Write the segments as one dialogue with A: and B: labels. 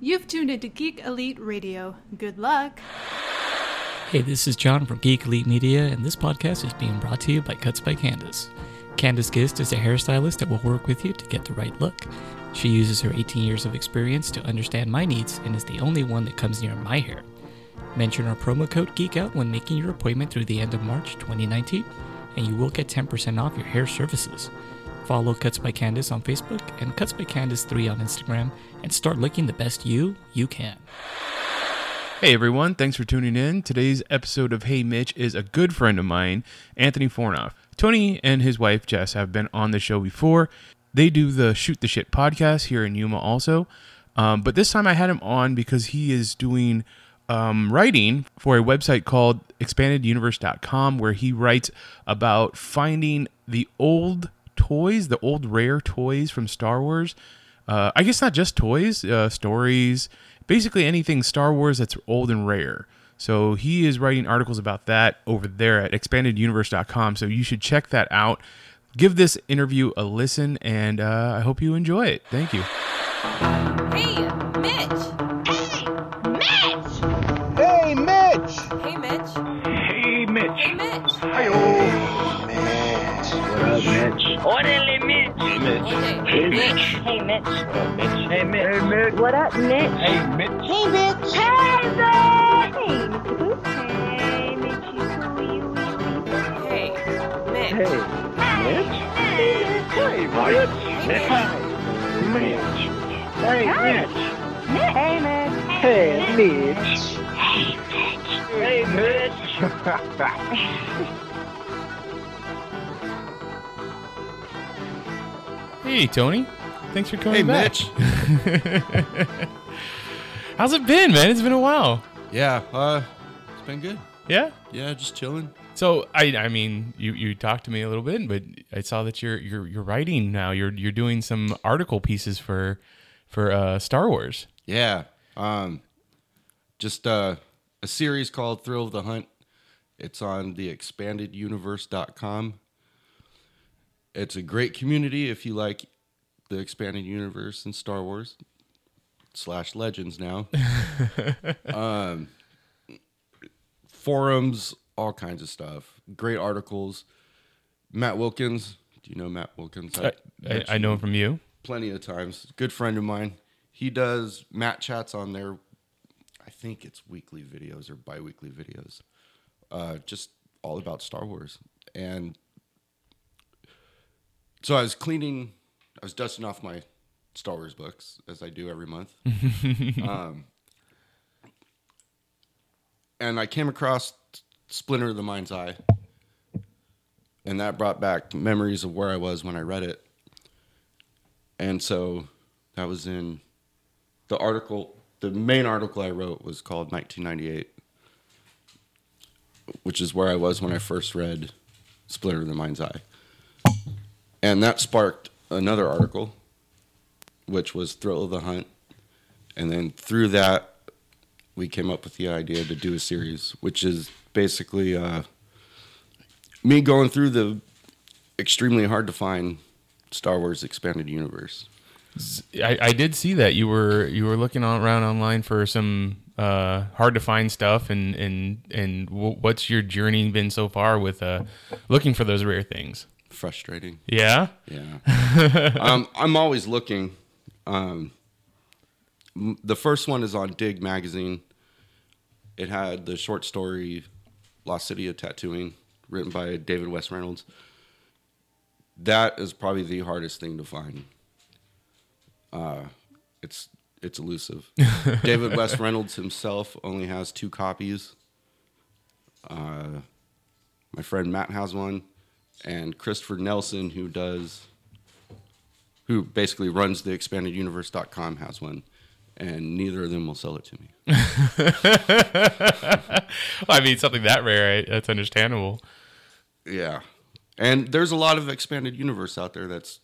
A: You've tuned into Geek Elite Radio. Good luck.
B: Hey, this is John from Geek Elite Media, and this podcast is being brought to you by Cuts by Candace. Candace Gist is a hairstylist that will work with you to get the right look. She uses her 18 years of experience to understand my needs and is the only one that comes near my hair. Mention our promo code GEEKOUT when making your appointment through the end of March 2019, and you will get 10% off your hair services. Follow Cuts by Candace on Facebook and Cuts by Candace 3 on Instagram and start looking the best you you can.
C: Hey everyone, thanks for tuning in. Today's episode of Hey Mitch is a good friend of mine, Anthony Fornoff. Tony and his wife Jess have been on the show before. They do the Shoot the Shit podcast here in Yuma also. Um, but this time I had him on because he is doing um, writing for a website called expandeduniverse.com where he writes about finding the old toys, the old rare toys from Star Wars. Uh, I guess not just toys, uh, stories, basically anything Star Wars that's old and rare. So he is writing articles about that over there at expandeduniverse.com. So you should check that out. Give this interview a listen, and uh, I hope you enjoy it. Thank you.
D: Hey, Mitch.
E: Hey, Mitch!
D: Hey, Mitch.
F: Hey, Mitch.
D: Hey, Mitch.
G: Orderly Mitch.
D: Hey, Mitch.
G: Hey, Mitch.
F: Hey, Mitch. Hey, Mitch.
G: What up, Mitch?
F: Hey, Mitch.
G: Hey, Mitch. Hey, Mitch. Hey,
F: Hey,
D: Hey, Mitch.
G: Mitch. Hey, Mitch.
F: Mitch. Hey, Mitch. Mitch. Hey, Mitch.
G: Hey, Mitch.
F: Hey, Mitch. Hey, Mitch.
C: Hey, Tony. Thanks for coming back. How's it been, man? It's been a while.
E: Yeah, uh, it's been good.
C: Yeah.
E: Yeah, just chilling.
C: So I, I mean, you, you talked to me a little bit, but I saw that you're you're you're writing now. You're you're doing some article pieces for for uh, Star Wars.
E: Yeah, um, just uh, a series called Thrill of the Hunt. It's on the expandeduniverse.com. It's a great community if you like the expanded universe and Star Wars slash legends now. um, forums, all kinds of stuff. Great articles. Matt Wilkins. Do you know Matt Wilkins?
C: I, I, I know him from you.
E: plenty of times. Good friend of mine. He does Matt chats on their, I think it's weekly videos or bi-weekly videos, uh, just all about Star Wars. And so I was cleaning, I was dusting off my Star Wars books as I do every month. um, and I came across Splinter of the Mind's Eye. And that brought back memories of where I was when I read it. And so that was in the article, the main article I wrote was called 1998, which is where I was when I first read Splinter of the Mind's Eye. And that sparked another article, which was Thrill of the Hunt. And then through that, we came up with the idea to do a series, which is basically uh, me going through the extremely hard to find Star Wars Expanded Universe.
C: I, I did see that you were you were looking on, around online for some uh, hard to find stuff, and and and w- what's your journey been so far with uh, looking for those rare things?
E: Frustrating.
C: Yeah.
E: Yeah. um, I'm always looking. Um, m- the first one is on Dig Magazine. It had the short story Lost City of Tattooing, written by David West Reynolds. That is probably the hardest thing to find. Uh, it's it's elusive. David West Reynolds himself only has two copies. Uh, my friend Matt has one, and Christopher Nelson, who does, who basically runs the expandeduniverse.com, has one, and neither of them will sell it to me.
C: I mean, something that rare, I, that's understandable.
E: Yeah. And there's a lot of expanded universe out there that's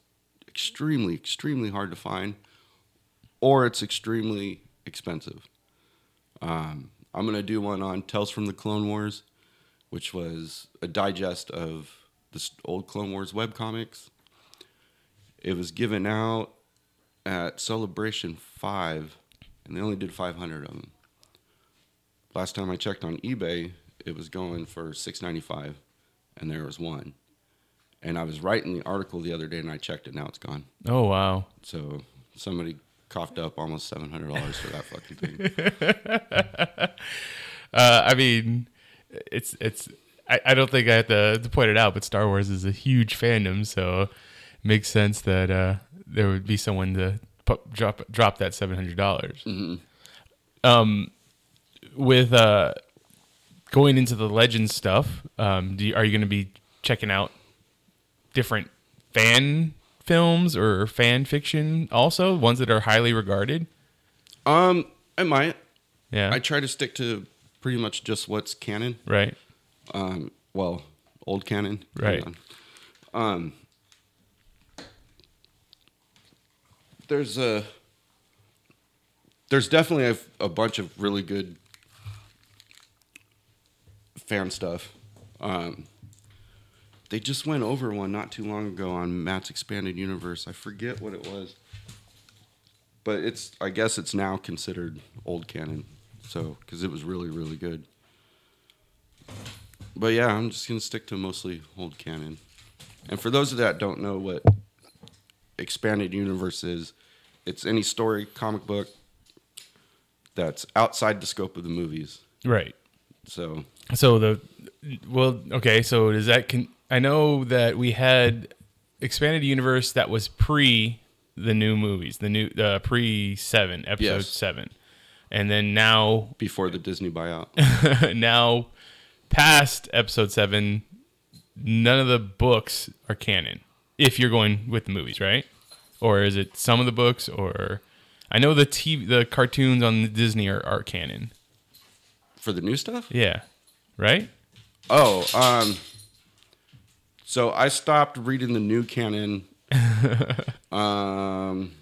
E: extremely, extremely hard to find, or it's extremely expensive. Um, I'm going to do one on Tales from the Clone Wars, which was a digest of the s- old Clone Wars webcomics. It was given out at Celebration 5, and they only did 500 of them. Last time I checked on eBay, it was going for 6.95, and there was one. And I was writing the article the other day, and I checked it. Now it's gone.
C: Oh wow.
E: So somebody coughed up almost seven hundred dollars for that fucking thing.
C: Uh, I mean, it's it's. I, I don't think I have to, to point it out, but Star Wars is a huge fandom, so it makes sense that uh, there would be someone to pu- drop drop that seven hundred dollars. Um, with uh, going into the Legends stuff, um, do you, are you going to be checking out different fan films or fan fiction also ones that are highly regarded?
E: um, I might.
C: Yeah,
E: I try to stick to pretty much just what's canon.
C: right.
E: Um, well, old canon.
C: Right.
E: Hang on. Um, there's a there's definitely a, a bunch of really good fan stuff. Um, they just went over one not too long ago on Matt's expanded universe. I forget what it was, but it's I guess it's now considered old canon. So because it was really really good. But yeah, I'm just gonna stick to mostly old canon. And for those of that don't know what expanded universe is, it's any story, comic book that's outside the scope of the movies.
C: Right.
E: So
C: So the well, okay. So does that can I know that we had expanded universe that was pre the new movies, the new uh, pre seven episode
E: Yes.
C: seven, and then now
E: before the Disney buyout,
C: now past episode seven, none of the books are canon. If you're going with the movies, right? Or is it some of the books? Or I know the TV, the cartoons on Disney are, are canon.
E: for the new stuff.
C: Yeah, right.
E: Oh, um, so I stopped reading the new canon. um,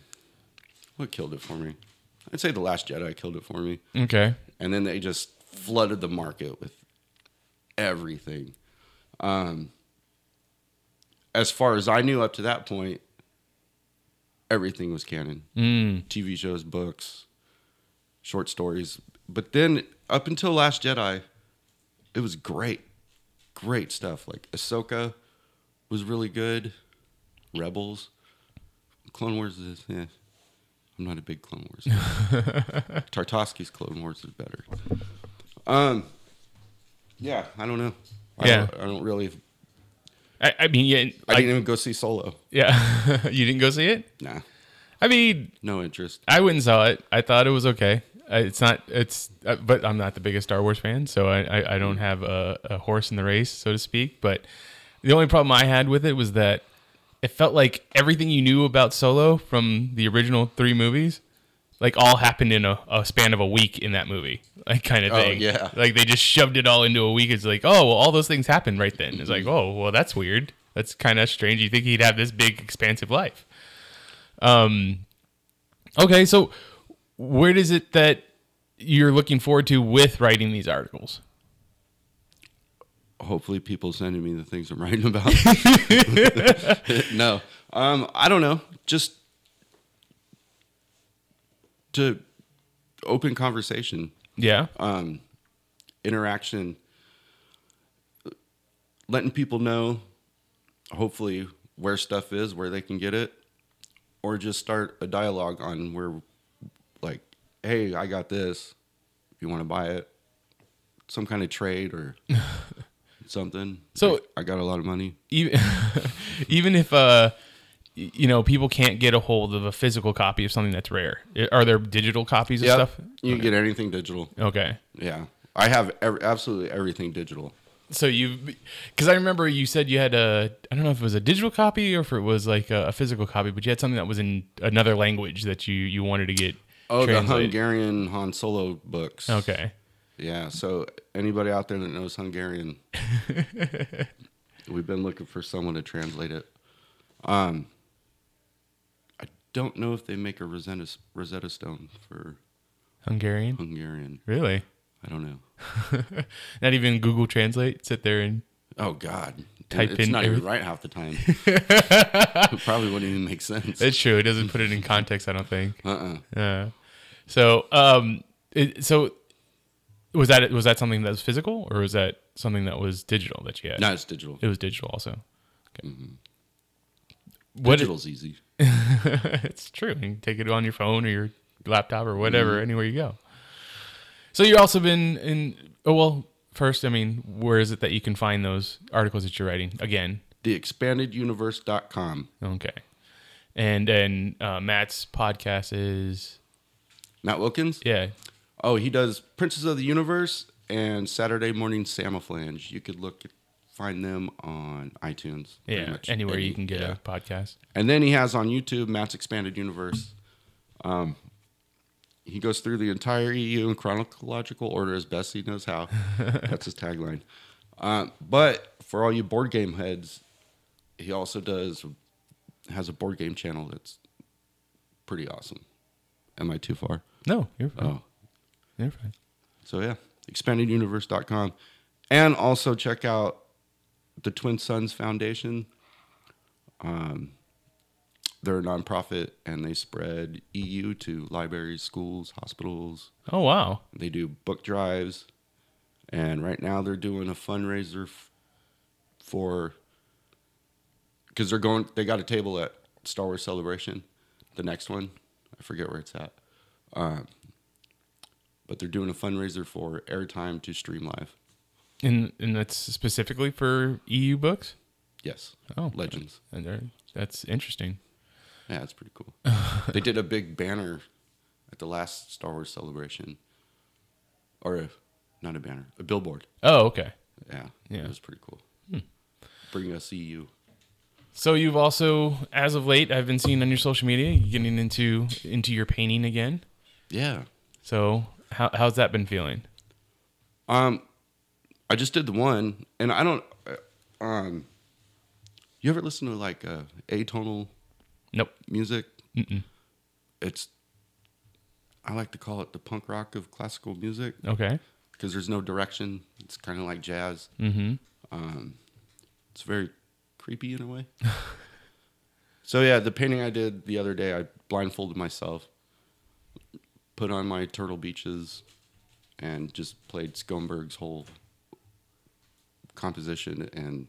E: what killed it for me? I'd say the Last Jedi killed it for me.
C: Okay.
E: and then they just flooded the market with everything. Um, as far as I knew up to that point, everything was canon
C: Mm.
E: TV shows, books, short stories. But then up until Last Jedi, it was great. Great stuff. Like Ahsoka was really good, Rebels, Clone Wars is, yeah. I'm not a big Clone Wars. fan. Tartovsky's Clone Wars is better. Um, yeah, I don't know. I
C: Yeah.
E: don't, I don't really.
C: I, I mean, yeah,
E: I
C: like-
E: didn't even go see Solo.
C: yeah. you didn't go see it?
E: Nah,
C: I mean,
E: no interest.
C: I went and saw it. I thought it was okay. I- It's not. It's, uh, but I'm not the biggest Star Wars fan, so I, I, I don't have a, a horse in the race, so to speak. But the only problem I had with it was that it felt like everything you knew about Solo from the original three movies, like all happened in a, a span of a week in that movie, like kind of
E: Oh,
C: thing.
E: yeah.
C: Like they just shoved it all into a week. It's like, oh, well, all those things happened right then. It's like,
E: Mm-hmm.
C: oh, well, that's weird. That's kind of strange. You think he'd have this big, expansive life? Um. Okay, so where does it that you're looking forward to with writing these articles?
E: hopefully people sending me the things I'm writing about. no, um, I don't know. Just to open conversation,
C: Yeah.
E: um, interaction, letting people know, hopefully where stuff is, where they can get it, or just start a dialogue on where, like, hey, I got this. If you want to buy it, some kind of trade or something.
C: So-
E: I got a lot of money.
C: even e-, even if uh y- you know people can't get a hold of a physical copy of something that's rare I- are there digital copies of stuff
E: You can get anything digital.
C: okay
E: Yeah, I have ev- absolutely everything digital.
C: so you because i remember you said you had a i don't know if it was a digital copy or if it was like a, a physical copy but you had something that was in another language that you you wanted to get
E: Oh, the
C: translated.
E: Hungarian Han Solo books.
C: okay
E: Yeah, so anybody out there that knows Hungarian, we've been looking for someone to translate it. Um, I don't know if they make a Rosetta, Rosetta Stone for
C: hungarian
E: Hungarian.
C: really
E: I don't know.
C: not even google translate sit there and
E: Oh God,
C: Type
E: it's
C: in
E: not even
C: everything.
E: right half the time. it probably wouldn't even make sense.
C: it's true it doesn't put it in context i don't think
E: Uh-uh.
C: uh, So, um, it, so was that was that something that was physical, or was that something that was digital that you had?
E: Now it's digital.
C: it was digital also. Okay.
E: Mm-hmm.
C: What it-
E: Digital's easy.
C: it's true. You can take it on your phone or your laptop or whatever,
E: Mm-hmm.
C: anywhere you go. So you've also been in. Oh well, first, I mean, where is it that you can find those articles that you're writing again?
E: TheExpandedUniverse.com.
C: Okay, and then uh, Matt's podcast is
E: Matt Wilkins?
C: yeah.
E: Oh, he does Princess of the Universe and Saturday Morning Samoflange. You could look find them on iTunes. pretty
C: Yeah,
E: much
C: anywhere
E: any-
C: you can get
E: yeah.
C: a podcast.
E: And then he has on YouTube Matt's Expanded Universe. Um, he goes through the entire EU in chronological order as best he knows how. That's his tagline. Um, but for all you board game heads, he also does has a board game channel that's pretty awesome. Am I too far?
C: No, you're fine.
E: Oh,
C: You're fine.
E: so yeah, expandeduniverse.com. And also check out the Twin Sons Foundation. Um, they're a nonprofit and they spread EU to libraries, schools, hospitals.
C: Oh wow.
E: They do book drives. And right now they're doing a fundraiser f- for because they're going, they got a table at Star Wars Celebration, the next one. I forget where it's at Um, but they're doing a fundraiser for airtime to stream live.
C: And and that's specifically for EU books.
E: Yes.
C: Oh.
E: Legends.
C: And there- that's interesting.
E: Yeah, that's pretty cool. they did a big banner at the last Star Wars celebration, or a, not a banner, a billboard.
C: Oh okay.
E: Yeah,
C: Yeah. Hmm.
E: it was pretty cool. Bring us EU.
C: So you've also, as of late, I've been seeing on your social media, you getting into into your painting again.
E: Yeah.
C: So how, how's that been feeling?
E: Um, I just did the one, and I don't. uh, Um, you ever listen to like uh, atonal
C: Nope.
E: music?
C: Mm-mm.
E: It's. I like to call it the punk rock of classical music.
C: Okay.
E: because there's no direction. It's kind of like jazz.
C: Mm-hmm.
E: Um, it's very creepy in a way. so yeah, the painting I did the other day, I blindfolded myself, put on my turtle beaches, and just played Skomberg's whole composition and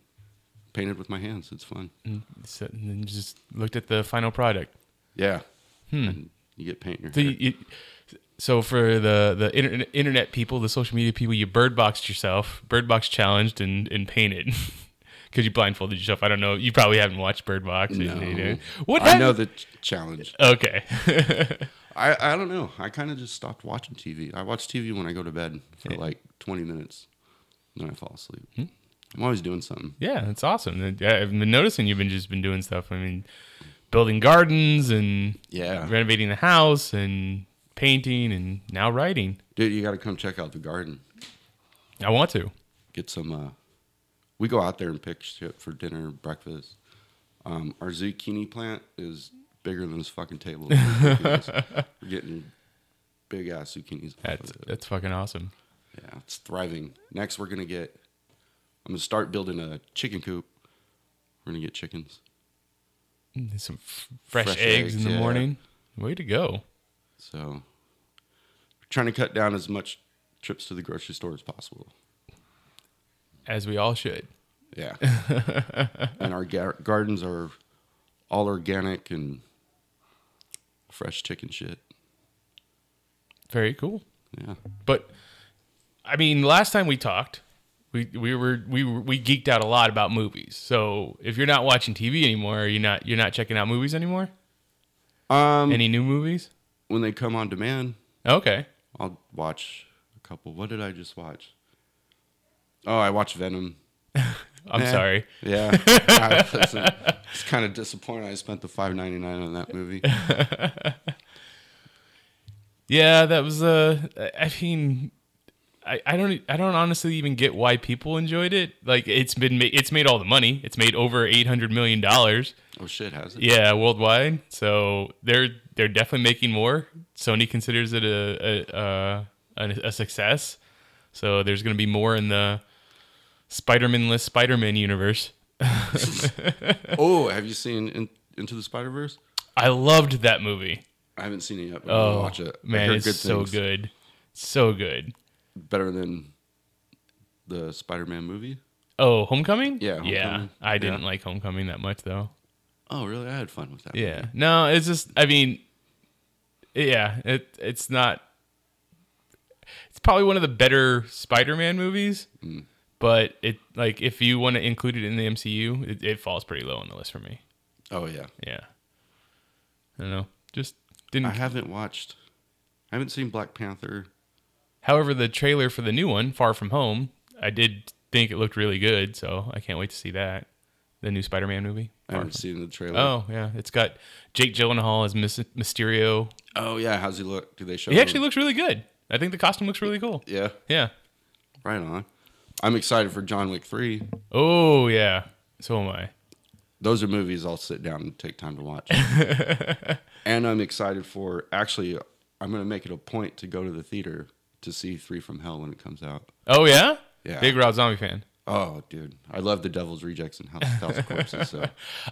E: painted with my hands. It's fun.
C: Mm. So, and then just looked at the final product.
E: Yeah. And you get paint in your
C: Hmm. So,
E: hair.
C: you, you, so for the the inter- internet people, the social media people, you bird boxed yourself, bird box challenged, and and painted. Because you blindfolded yourself. I don't know. You probably haven't watched Bird Box. You
E: No.
C: know. What
E: I know
C: happened-
E: the ch- challenge.
C: Okay.
E: I, I don't know. I kind of just stopped watching TV. I watch TV when I go to bed for like 20 minutes, then I fall asleep. I'm always doing something.
C: Yeah, that's awesome. And, yeah, I've been noticing you've been just been doing stuff. I mean, building gardens and
E: Yeah.
C: renovating the house and painting and now writing.
E: Dude, you got to come check out the garden.
C: I want to.
E: Get some. Uh, we go out there and pick shit for dinner, breakfast. Um, our zucchini plant is bigger than this fucking table. We're getting big ass zucchinis.
C: That's that's fucking awesome.
E: Yeah, it's thriving. Next, we're gonna get. I'm gonna start building a chicken coop. We're gonna get chickens.
C: Mm, There's Some f- fresh,
E: Fresh
C: eggs, in
E: eggs,
C: the
E: yeah.
C: morning. Way to go.
E: So, trying to cut down as much trips to the grocery store as possible.
C: As we all should.
E: Yeah. and our gar- gardens are all organic and fresh chicken shit.
C: Very cool.
E: Yeah.
C: But I mean, last time we talked, we we were we were, we geeked out a lot about movies. So if you're not watching TV anymore, you're not you're not checking out movies anymore.
E: Um,
C: Any new movies?
E: when they come on demand,
C: Okay.
E: I'll watch a couple. What did I just watch? Oh, I watched Venom.
C: I'm
E: Yeah.
C: sorry.
E: Yeah, I wasn't- it's kind of disappointing. I spent the five ninety nine on that movie.
C: Yeah, that was uh I mean I, I don't I don't honestly even get why people enjoyed it. Like it's been ma- it's made all the money. It's made over 800 million dollars.
E: Oh shit, has it?
C: Yeah, worldwide. So they're they're definitely making more. Sony considers it a a a, a, a success. So there's going to be more in the Spider-Man-less Spider-Man universe.
E: Oh, have you seen in- Into the Spider Verse?
C: I loved that movie.
E: I haven't seen it yet. But I'm gonna
C: Oh,
E: watch it. I
C: man,
E: heard
C: it's so
E: things.
C: good, so good.
E: Better than the Spider-Man movie.
C: Oh, Homecoming?
E: Yeah,
C: yeah.
E: Homecoming.
C: I didn't
E: Yeah.
C: like Homecoming that much though.
E: Oh, really? I had fun with that.
C: Yeah. No, it's just I mean yeah, it it's not it's probably one of the better Spider-Man movies. But it like if you want to include it in the MCU, it, it falls pretty low on the list for me.
E: Oh yeah.
C: Yeah. I don't know. Just didn't
E: I haven't watched. I haven't seen Black Panther.
C: However, the trailer for the new one, Far From Home, I did think it looked really good, so I can't wait to see that. The new Spider-Man movie.
E: I haven't seen the trailer.
C: Oh yeah, it's got Jake Gyllenhaal as Mys- Mysterio.
E: Oh, yeah. How's he look? Do they show?
C: He
E: him?
C: actually looks really good. I think the costume looks really cool.
E: Yeah.
C: Yeah.
E: Right on. I'm excited for John Wick three.
C: Oh yeah. So am I.
E: Those are movies I'll sit down and take time to watch. and I'm excited for. Actually, I'm going to make it a point to go to the theater to see Three from Hell when it comes out.
C: Oh yeah.
E: Yeah.
C: Big Rob Zombie fan. of
E: Oh, dude, I love the Devil's Rejects and House of Thousand Corpses. So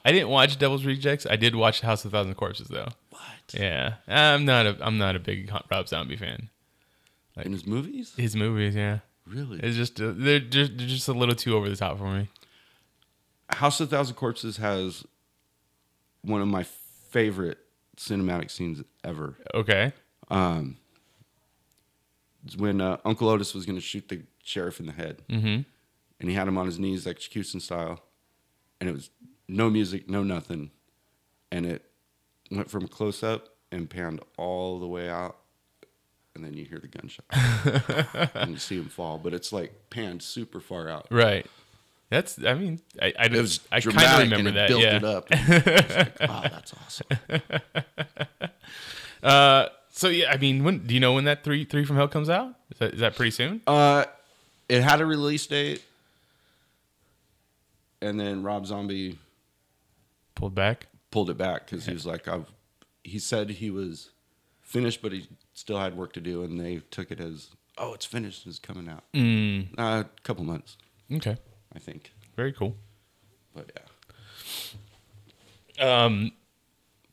C: I didn't watch Devil's Rejects. I did watch House of Thousand Corpses though. What? Yeah. I'm not a I'm not a big Rob Zombie fan.
E: in his movies,
C: His movies, yeah.
E: really,
C: It's just uh, they're just they're just a little too over the top for me.
E: House of Thousand Corpses has one of my favorite cinematic scenes ever.
C: Okay.
E: It's when uh, Uncle Otis was going to shoot the sheriff in the head,
C: Mhm.
E: and he had him on his knees, execution style, and it was no music, no nothing, and it went from close up and panned all the way out, and then you hear the gunshot and you see him fall, but it's like panned super far out.
C: Right. That's I mean I I,
E: It was
C: I kind of
E: dramatic
C: remember
E: and it
C: that.
E: built
C: yeah.
E: it up. And it was like, wow, that's awesome.
C: So yeah, I mean, when do you know when that three three from hell comes out? Is that, is that pretty soon?
E: Uh, it had a release date, and then Rob Zombie
C: Pulled back.
E: pulled it back because he was like, "I've." He said he was finished, but he still had work to do, and they took it as, "Oh, it's finished. It's coming out."
C: Mm.
E: Uh, a couple months,
C: Okay,
E: I think.
C: very cool.
E: But yeah,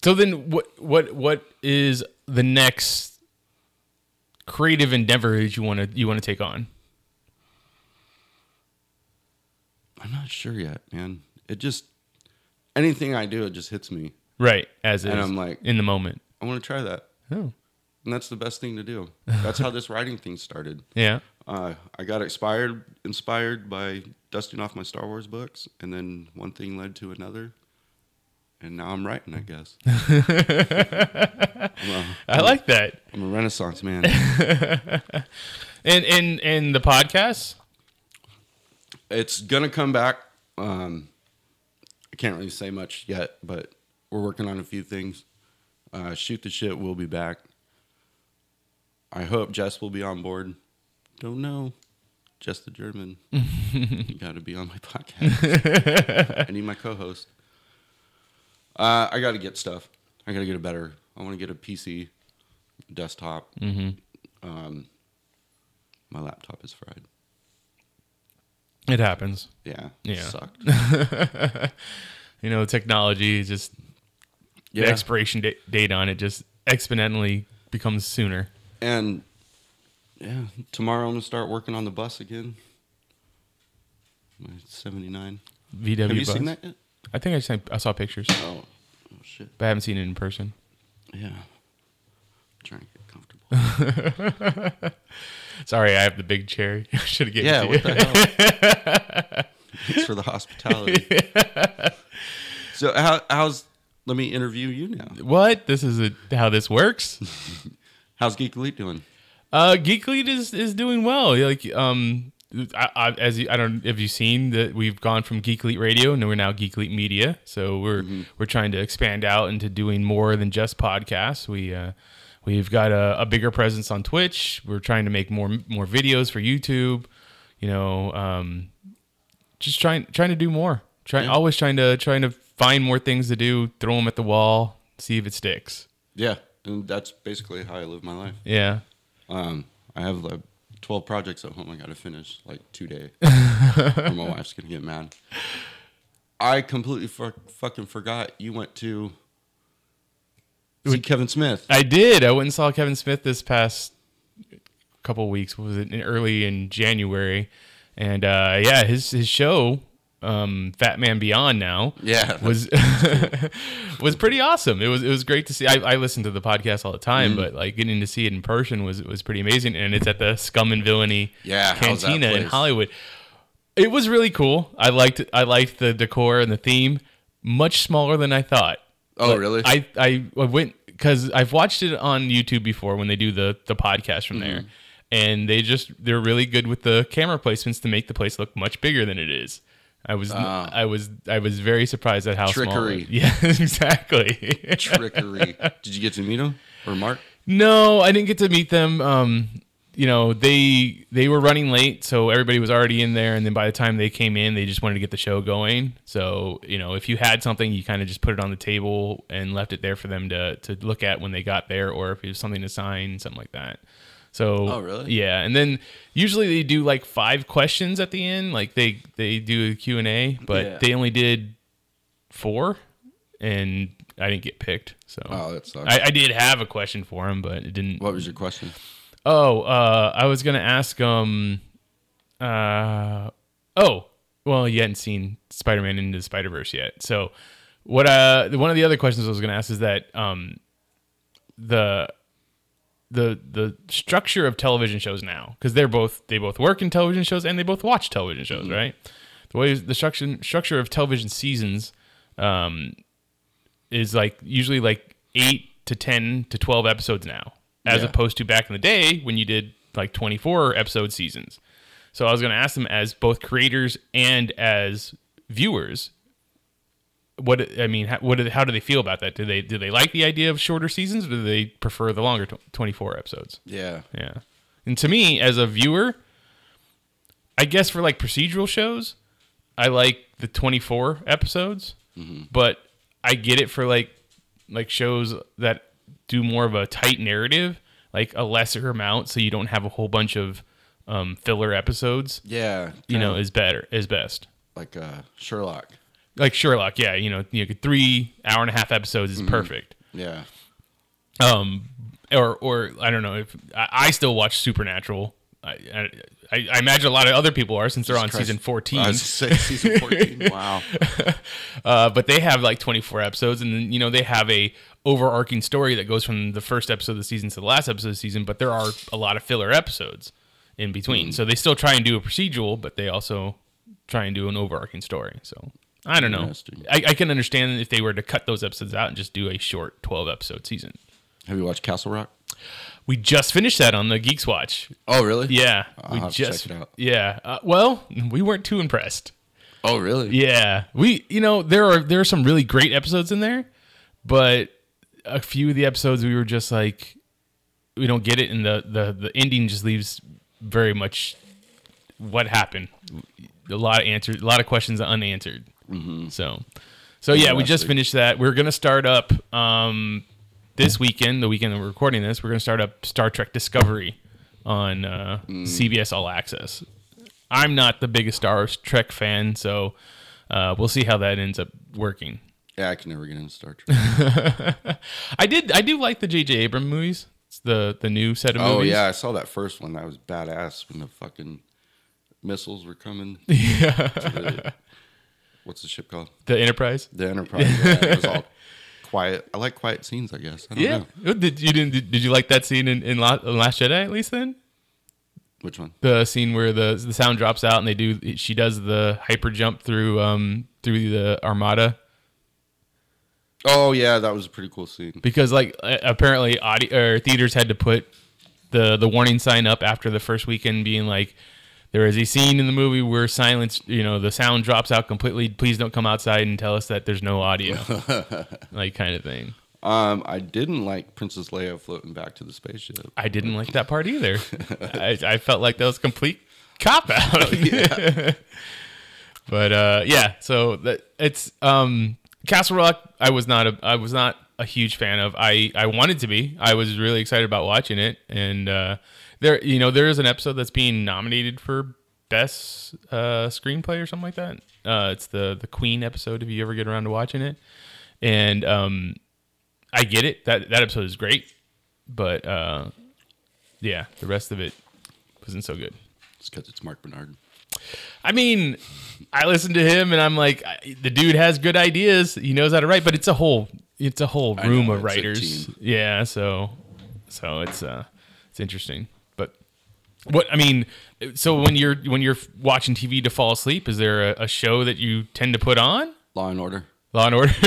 C: So then, what what what is the next creative endeavor that you want to you want to take on?
E: I'm not sure yet, man. It just anything I do, it just hits me.
C: Right, as
E: And
C: is,
E: I'm like-
C: in the moment.
E: I want to try that,
C: Oh,
E: and that's the best thing to do. That's how this writing thing started.
C: yeah.
E: Uh, I got inspired inspired by dusting off my Star Wars books, and then one thing led to another, and now I'm writing. I guess I'm, a,
C: I like that.
E: I'm a Renaissance man.
C: And and and the podcast.
E: it's gonna come back. Um, I can't really say much yet, but we're working on a few things. Uh, shoot the shit. We'll be back. I hope Jess will be on board. Don't know. Jess the German. you got to be on my podcast. I need my co-host. Uh, I got to get stuff. I got to get a better. I want to get a PC, desktop. Um, my laptop is fried.
C: It happens.
E: Yeah.
C: Yeah.
E: Sucked.
C: You know, technology is just the expiration da- date on it just exponentially becomes sooner.
E: And yeah, tomorrow I'm gonna start working on the bus again. My 79.
C: VW.
E: Have you
C: bus.
E: seen that yet?
C: I think I sent, I saw pictures,
E: Oh, oh shit.
C: but I haven't seen it in person.
E: Yeah. trying to get comfortable.
C: Sorry, I have the big chair. I should have given it
E: yeah.
C: to
E: What
C: you.
E: the hell? Thanks for the hospitality. So how, how's let me interview you now?
C: What? This is a, how this works.
E: How's Geek Elite doing?
C: Uh, Geek Lead is is doing well. Like um, I, I as you, I don't have you seen that we've gone from Geek Lead Radio and we're now Geek Lead Media. So we're we're trying to expand out into doing more than just podcasts. We uh, we've got a, a bigger presence on Twitch. We're trying to make more more videos for YouTube. You know, um, just trying trying to do more. Trying always trying to trying to find more things to do. Throw them at the wall. See if it sticks.
E: Yeah, and that's basically how I live my life.
C: Yeah.
E: Um, I have like 12 projects at home I got to finish like today. or my wife's going to get mad. I completely fuck fucking forgot you went to See Kevin Smith.
C: I did. I went and saw Kevin Smith this past couple weeks. What was it in early in January? And uh, yeah, his his show, um, Fat Man Beyond now,
E: Yeah.
C: was was pretty awesome. It was it was great to see. I, I listen to the podcast all the time,
E: Mm-hmm.
C: but like getting to see it in person was was pretty amazing. And it's at the Scum and Villainy
E: Yeah, how's that
C: Cantina in
E: place?
C: Hollywood. It was really cool. I liked I liked the decor and the theme. Much smaller than I thought.
E: Oh,
C: But
E: really?
C: I, I, I went because I've watched it on YouTube before when they do the the podcast from there,
E: Mm-hmm.
C: and they just they're really good with the camera placements to make the place look much bigger than it is. I was I was I was very surprised at how small. it-
E: Oh. Trickery.
C: Yeah, exactly.
E: Trickery. Did you get to meet him or Mark?
C: No, I didn't get to meet them. Um, you know, they they were running late, so everybody was already in there. And then by the time they came in, they just wanted to get the show going. So you know, if you had something, you kind of just put it on the table and left it there for them to to look at when they got there, or if it was something to sign, something like that. So
E: Oh, really?
C: Yeah, and then usually they do like five questions at the end, like they they do a Q and A, but
E: Yeah.
C: they only did four, and I didn't get picked. So
E: Oh, that sucks.
C: I, I did have a question for him, but it didn't.
E: what was your question?
C: Oh, uh, I was gonna ask um, uh, oh, well, you hadn't seen Spider-Man into the Spider-Verse yet, so what? Uh, one of the other questions I was gonna ask is that um, the the the structure of television shows now because they're both they both work in television shows and they both watch television shows, right? The way the structure structure of television seasons um, is like usually like eight to ten to twelve episodes now, as
E: Yeah.
C: opposed to back in the day when you did like twenty four episode seasons. So I was going to ask them as both creators and as viewers, what I mean, how, what do they, how do they feel about that? Do they do they like the idea of shorter seasons, or do they prefer the longer tw- twenty four episodes?
E: Yeah.
C: Yeah. And to me, as a viewer, I guess for like procedural shows, I like the 24 episodes, but I get it for like like shows that do more of a tight narrative, like a lesser amount, so you don't have a whole bunch of um, filler episodes.
E: Yeah.
C: You know, is better is best.
E: Like uh, Sherlock.
C: Like Sherlock, yeah, you know, you know, three hour and a half episodes is perfect.
E: Yeah.
C: um or or i don't know if i, I still watch supernatural I, I i imagine a lot of other people are since they're on
E: Christ.
C: season 14
E: I was gonna say season 14. wow.
C: uh but they have like 24 episodes and then you know they have a overarching story that goes from the first episode of the season to the last episode of the season but there are a lot of filler episodes in
E: Hmm.
C: between so they still try and do a procedural but they also try and do an overarching story so i don't know
E: Interesting.
C: I, I can understand if they were to cut those episodes out and just do a short 12 episode season
E: Have you watched Castle Rock?
C: we just finished that on the geeks watch
E: Oh, really?
C: Yeah,
E: I'll have to check it out.
C: Yeah, uh, well, we weren't too impressed.
E: Oh, really?
C: Yeah, we you know there are there are some really great episodes in there, but a few of the episodes we were just like we don't get it, and the the the ending just leaves very much what happened. A lot of answers, a lot of questions unanswered.
E: Mm-hmm.
C: So, so yeah, we just finished that. We're gonna start up um this weekend, the weekend that we're recording this. We're gonna start up Star Trek Discovery on uh,
E: Mm.
C: CBS All Access. I'm not the biggest Star Trek fan, so uh, we'll see how that ends up working.
E: Yeah, I can never get into Star Trek.
C: I did, I do like the J.J. Abrams movies. It's the the new set of
E: oh,
C: movies.
E: yeah. I saw that first one. That was badass when the fucking missiles were coming. to the- what's the ship called?
C: the Enterprise.
E: The Enterprise. Yeah, it was all quiet. I like quiet scenes, I guess. I don't
C: Yeah, Oh,
E: know.
C: did you didn't? Did, did you like that scene in in La- in Last Jedi at least? Then
E: Which one?
C: the scene where the the sound drops out and they do she does the hyper jump through um through the Armada
E: Oh, yeah. That was a pretty cool scene.
C: because like a- apparently audio or theaters had to put the the warning sign up after the first weekend being like there is a scene in the movie where silence you know the sound drops out completely please don't come outside and tell us that there's no audio like kind of thing
E: Um, I didn't like Princess Leia floating back to the spaceship.
C: i didn't like that part either I, I felt like that was complete cop out but uh yeah so that it's um castle rock i was not a i was not a huge fan of i i wanted to be i was really excited about watching it and uh there you know there is an episode that's being nominated for best uh screenplay or something like that uh it's the the queen episode if you ever get around to watching it and um I get it. That that episode is great, but uh, yeah, the rest of it wasn't so good.
E: It's because it's Mark Bernard.
C: I mean, I listened to him and I'm like, I- the dude has good ideas. He knows how to write, but it's a whole it's a whole
E: I
C: room
E: know,
C: of
E: it's a
C: writers.
E: team.
C: Yeah, so so it's uh it's interesting. But what I mean, so when you're when you're watching TV to fall asleep, is there a, a show that you tend to put on?
E: Law and Order.
C: Law and Order,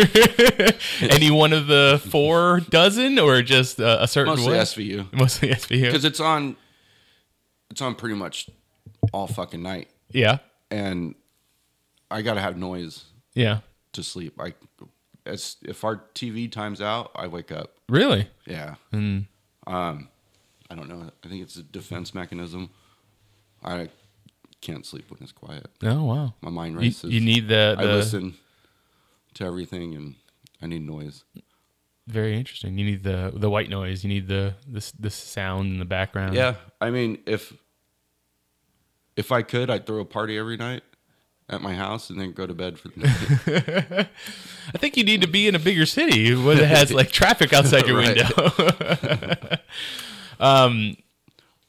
C: any one of the four dozen, or just uh, a certain
E: Mostly
C: one?
E: SVU.
C: Mostly SVU.
E: Because it's on, it's on pretty much all fucking night,
C: Yeah,
E: and I gotta have noise
C: yeah.
E: to sleep. I, as if our TV times out, I wake up.
C: Really?
E: Yeah. Um, I don't know. I think it's a defense mechanism. I can't sleep when it's quiet.
C: Oh wow.
E: My mind
C: You,
E: races.
C: you need the,
E: I
C: the
E: listen to everything, and I need noise.
C: Very interesting. You need the the white noise. You need the the the sound in the background.
E: Yeah, I mean, if if I could, I'd throw a party every night at my house and then go to bed for the night.
C: I think you need to be in a bigger city where it has like traffic outside your
E: Right.
C: window. um,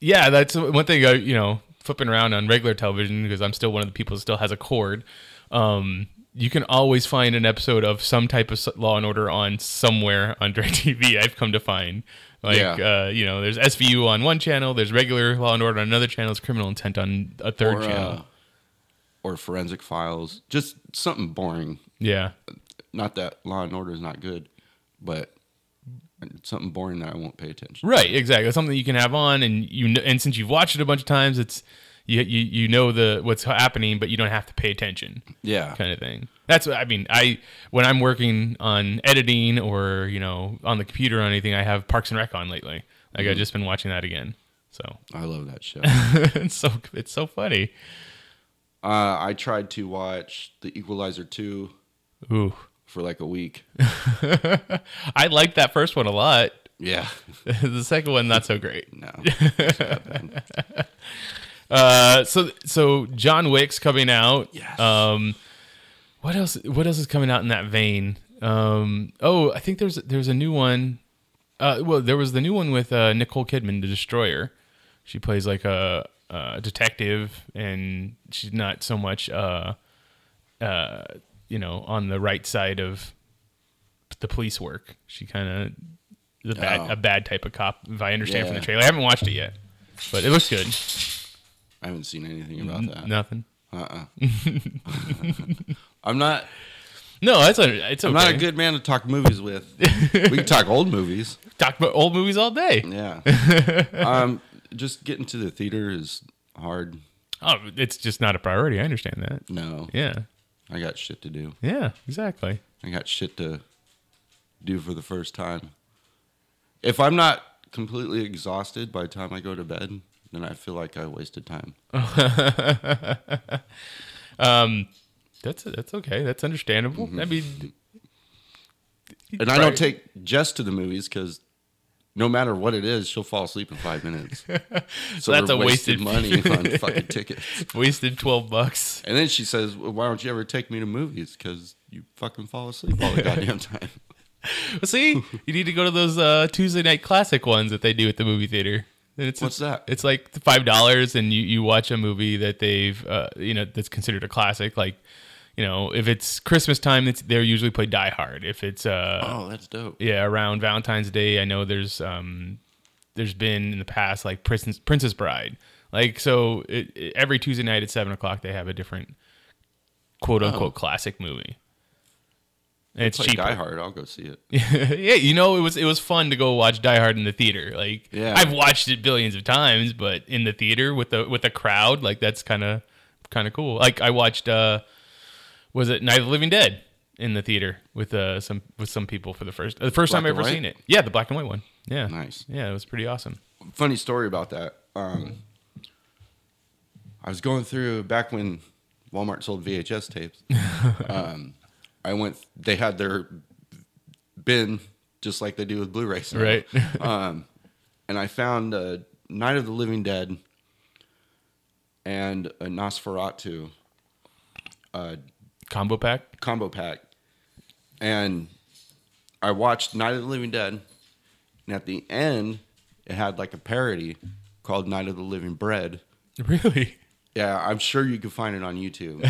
C: yeah, that's one thing. I, you know, flipping around on regular television because I'm still one of the people that still has a cord. Um, you can always find an episode of some type of s- Law and Order on somewhere on DirecTV. I've come to find. Like
E: Yeah.
C: uh, you know, there's SVU on one channel, there's regular Law and Order on another channel, there's Criminal Intent on a third
E: or,
C: channel.
E: uh, or forensic files, just something boring.
C: yeah,
E: Not that Law and Order is not good, but something boring that I won't pay attention.
C: Right, exactly. It's something you can have on, and you kn- and since you've watched it a bunch of times, it's you you, you know the what's happening, but you don't have to pay attention,
E: Yeah.
C: kind of thing. That's what I mean. I when I'm working on editing or you know on the computer or anything, I have Parks and Rec on lately. Like I've just been watching that again, so
E: I love that show.
C: it's so it's so funny.
E: Uh, I tried to watch The Equalizer 2
C: Ooh,
E: for like a week.
C: I liked that first one a lot.
E: Yeah.
C: the second one not so great.
E: No.
C: Uh, so so John Wick's coming out.
E: Yes.
C: Um, what else? What else is coming out in that vein? Um, oh, I think there's there's a new one. Uh, well, there was the new one with uh, Nicole Kidman, the Destroyer. She plays like a, a detective, and she's not so much, uh, uh, you know, on the right side of the police work. She kind of a bad,
E: Oh.
C: a bad type of cop. If I understand from the
E: Yeah.
C: trailer, I haven't watched it yet, but it looks good.
E: I haven't seen anything about that.
C: Nothing.
E: I'm not
C: No, that's a, it's okay.
E: I'm not a good man to talk movies with. we can talk old movies.
C: talk about old movies all day.
E: Yeah. um just getting to the theater is hard.
C: Oh, it's just not a priority. I understand that.
E: No.
C: Yeah,
E: I got shit to do.
C: yeah, exactly.
E: I got shit to do for the first time. If I'm not completely exhausted by the time I go to bed, then I feel like I wasted time.
C: That's that's okay. That's understandable. I mean,
E: And I don't
C: Right.
E: take Jess to the movies because no matter what it is, she'll fall asleep in five minutes. So
C: That's
E: we're
C: a wasted
E: wasting money on fucking tickets.
C: wasted twelve bucks.
E: And then she says, well, "Why don't you ever take me to movies? Because you fucking fall asleep all the goddamn time."
C: See, you need to go to those uh, Tuesday night classic ones that they do at the movie theater. And It's,
E: What's that?
C: It's like five dollars, and you, you watch a movie that they've uh, you know that's considered a classic. Like, you know, if it's Christmas time, it's, they're usually play Die Hard. If it's uh,
E: Oh, that's dope.
C: yeah around valentine's day i know there's um there's been in the past like princess princess bride like so it, it- every tuesday night at seven o'clock they have a different quote unquote classic movie and it's
E: Play
C: cheaper.
E: Die Hard. I'll go see it.
C: yeah, you know it was it was fun to go watch Die Hard in the theater. Like
E: Yeah.
C: I've watched it billions of times, but in the theater with the with a crowd, like that's kind of kind of cool. Like I watched uh was it Night of the Living Dead in the theater with uh some with some people for the first the first
E: Black
C: time I
E: and
C: ever
E: white?
C: seen it. Yeah, the black and white one. Yeah.
E: Nice.
C: Yeah, it was pretty awesome.
E: Funny story about that. Um, I was going through back when Walmart sold VHS tapes. um, I went. They had their bin just like they do with Blu-rays, now.
C: Right.
E: and I found uh, Night of the Living Dead and a Nosferatu
C: Combo pack.
E: combo pack, and I watched Night of the Living Dead, and at the end, it had like a parody called Night of the Living Bread.
C: Really?
E: Yeah, I'm sure you can find it on YouTube.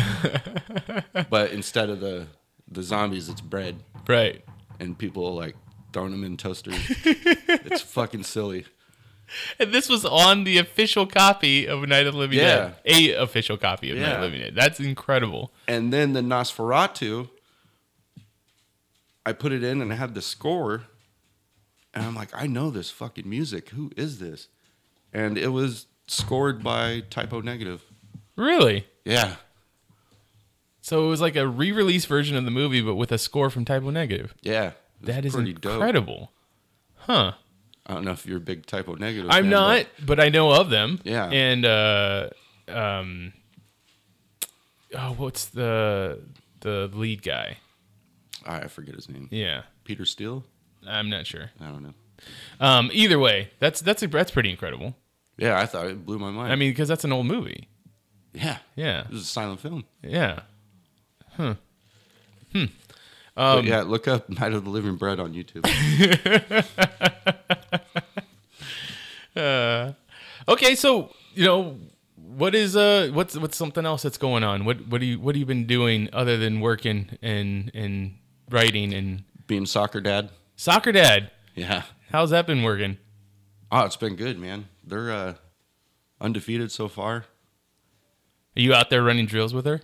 E: but instead of the the zombies, it's bread,
C: Right.
E: and people like throwing them in toasters. it's fucking silly.
C: And this was on the official copy of Night of the Living
E: Yeah.
C: Dead. A official copy of Night of
E: Yeah.
C: the Living Dead. That's incredible.
E: And then the Nosferatu, I put it in and I had the score. And I'm like, I know this fucking music. Who is this? And it was scored by Typo Negative.
C: Really?
E: Yeah.
C: So it was like a re-release version of the movie, but with a score from Typo Negative.
E: Yeah. It was
C: That is
E: pretty
C: incredible. Huh.
E: I don't know if you're a big Typo Negative.
C: I'm
E: fan,
C: not, but I know of them.
E: Yeah.
C: And uh um Oh, what's the the lead guy?
E: but- I I forget his name.
C: Yeah.
E: Peter Steele?
C: I'm not sure.
E: I don't know.
C: Um either way, that's that's that's pretty incredible.
E: Yeah, I thought it blew my mind.
C: I mean, cuz that's an old movie.
E: yeah.
C: Yeah.
E: It was a silent film.
C: Yeah. Um,
E: But yeah, look up Night of the Living Bread on YouTube.
C: Okay, so, you know, what is uh what's what's something else that's going on? What what do you what have you been doing other than working and and writing and
E: Being soccer dad.
C: Soccer Dad?
E: Yeah.
C: How's that been working?
E: Oh, it's been good, man. They're uh, undefeated so far.
C: Are you out there running drills with her?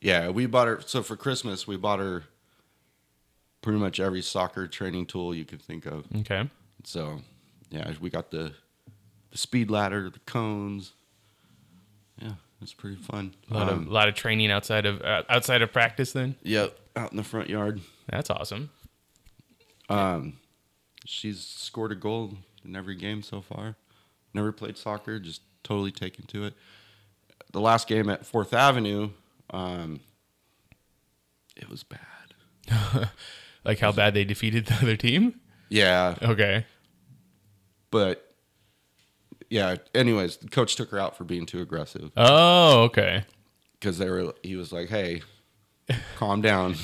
E: Yeah, we bought her. So for Christmas, we bought her pretty much every soccer training tool you can think of.
C: Okay.
E: So, yeah, we got the the speed ladder, the cones. Yeah, it's pretty fun.
C: A lot of lot of training outside of uh, outside of practice. Then
E: Yep, out in the front yard.
C: that's awesome.
E: She's scored a goal in every game so far. Never played soccer, just totally taken to it. The last game at Fourth Avenue, um, it was bad.
C: Like how bad they defeated the other team.
E: Yeah,
C: Okay.
E: but yeah. Anyways, the coach took her out for being too aggressive
C: Oh, okay.
E: because they were. He was like, "Hey, calm down.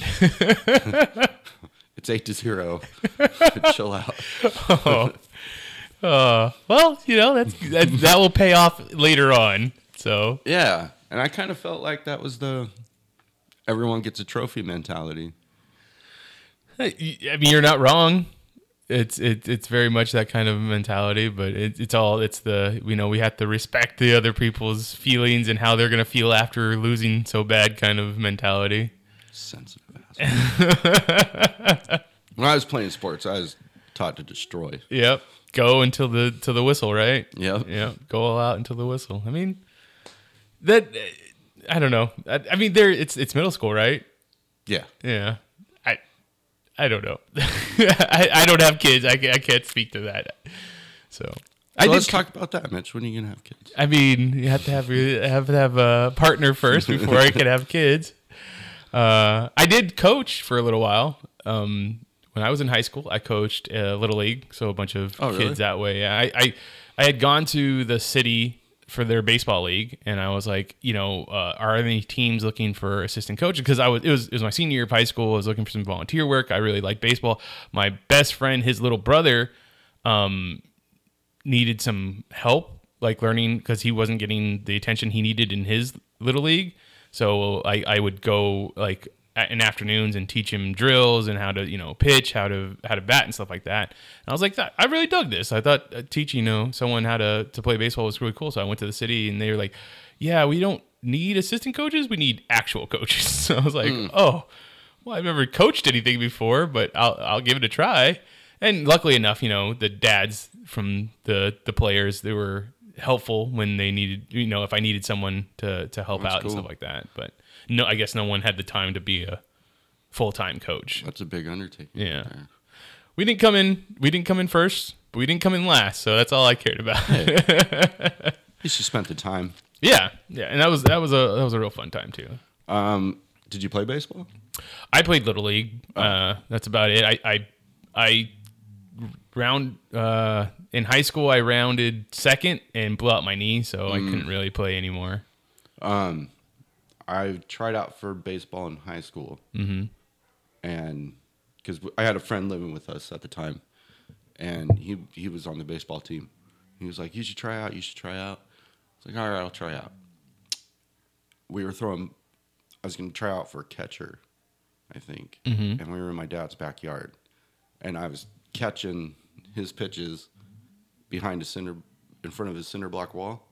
E: it's eight to zero. Chill out."
C: Uh, Well, you know that's that, that will pay off later on. So
E: Yeah, and I kind of felt like that was the everyone gets a trophy mentality.
C: I I mean, you're not wrong. It's it, it's very much that kind of mentality, but it, it's all it's the you know we have to respect the other people's feelings and how they're gonna feel after losing so bad kind of mentality.
E: Sensitive ass. when I was playing sports, I was taught to destroy.
C: Yep. Go until the to the whistle, right?
E: Yep.
C: Yeah. Go all out until the whistle. I mean, that I don't know. I, I mean, there it's it's middle school, right?
E: Yeah.
C: Yeah. I I don't know. I, I don't have kids. I, ca- I can't speak to that. So, I
E: So let's
C: just
E: talk about that, Mitch. When are you gonna have kids?
C: I mean, you have to have you have to have a partner first before I could have kids. Uh, I did coach for a little while. Um, when I was in high school, I coached uh, little league, so a bunch of
E: Oh, really?
C: kids that way. Yeah, I, I I had gone to the city for their baseball league, and I was like, you know, uh, are any teams looking for assistant coaches? Because I was it was it was my senior year of high school. I was looking for some volunteer work. I really liked baseball. My best friend, his little brother, um, needed some help, like learning because he wasn't getting the attention he needed in his little league. So I, I would go like a- in afternoons and teach him drills and how to you know pitch, how to how to bat and stuff like that. And I was like, that I really dug this. I thought uh, teaching you know someone how to to play baseball was really cool. So I went to the city and they were like, yeah, we don't need assistant coaches, we need actual coaches. So I was like, oh. Well, I've never coached anything before, but I'll I'll give it a try. And luckily enough, you know, the dads from the the players they were helpful when they needed, you know, if I needed someone to to help out and
E: cool.
C: stuff like that. But no, I guess no one had the time to be a full time coach.
E: That's a big undertaking.
C: Yeah. We didn't come in. We didn't come in first, but we didn't come in last. So that's all I cared about.
E: At least you spent the time.
C: yeah, yeah. And that was that was a that was a real fun time too.
E: Um, did you play baseball?
C: I played little league. Uh, that's about it. I I, I round uh, in high school. I rounded second and blew out my knee, so I couldn't really play anymore.
E: I tried out for baseball in high school, mm-hmm. and because I had a friend living with us at the time, and he he was on the baseball team. He was like, "You should try out. You should try out." I was like, "All right, I'll try out." We were throwing. I was going to try out for catcher, I think, and we were in my dad's backyard, and I was catching his pitches behind a cinder in front of his cinder block wall,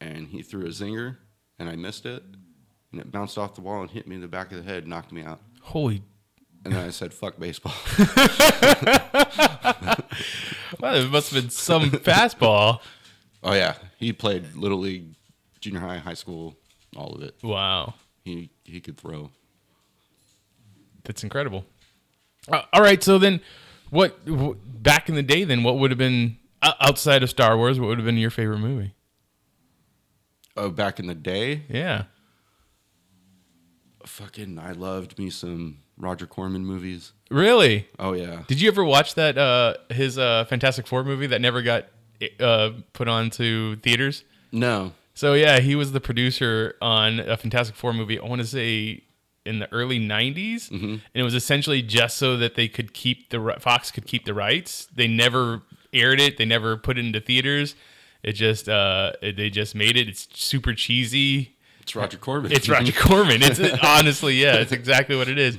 E: and he threw a zinger, and I missed it, and it bounced off the wall and hit me in the back of the head, knocked me out.
C: Holy.
E: And then I said, fuck baseball.
C: Well, it must have been some fastball.
E: oh, yeah. He played Little League, junior high, high school, all of it.
C: Wow.
E: He, he could throw.
C: That's incredible. Uh, all right, so then, what w- back in the day? Then what would have been o- outside of Star Wars? What would have been your favorite movie?
E: Oh, back in the day,
C: Yeah.
E: fucking, I loved me some Roger Corman movies.
C: Really?
E: Oh, yeah.
C: Did you ever watch that uh, his uh, Fantastic Four movie that never got uh, put onto theaters?
E: No.
C: So yeah, he was the producer on a Fantastic Four movie. I want to say in the early '90s, and it was essentially just so that they could keep the ri- Fox could keep the rights. They never aired it. They never put it into theaters. It just uh, it- they just made it. It's super cheesy.
E: It's Roger Corman.
C: It's Roger Corman. It's honestly, yeah, it's exactly what it is.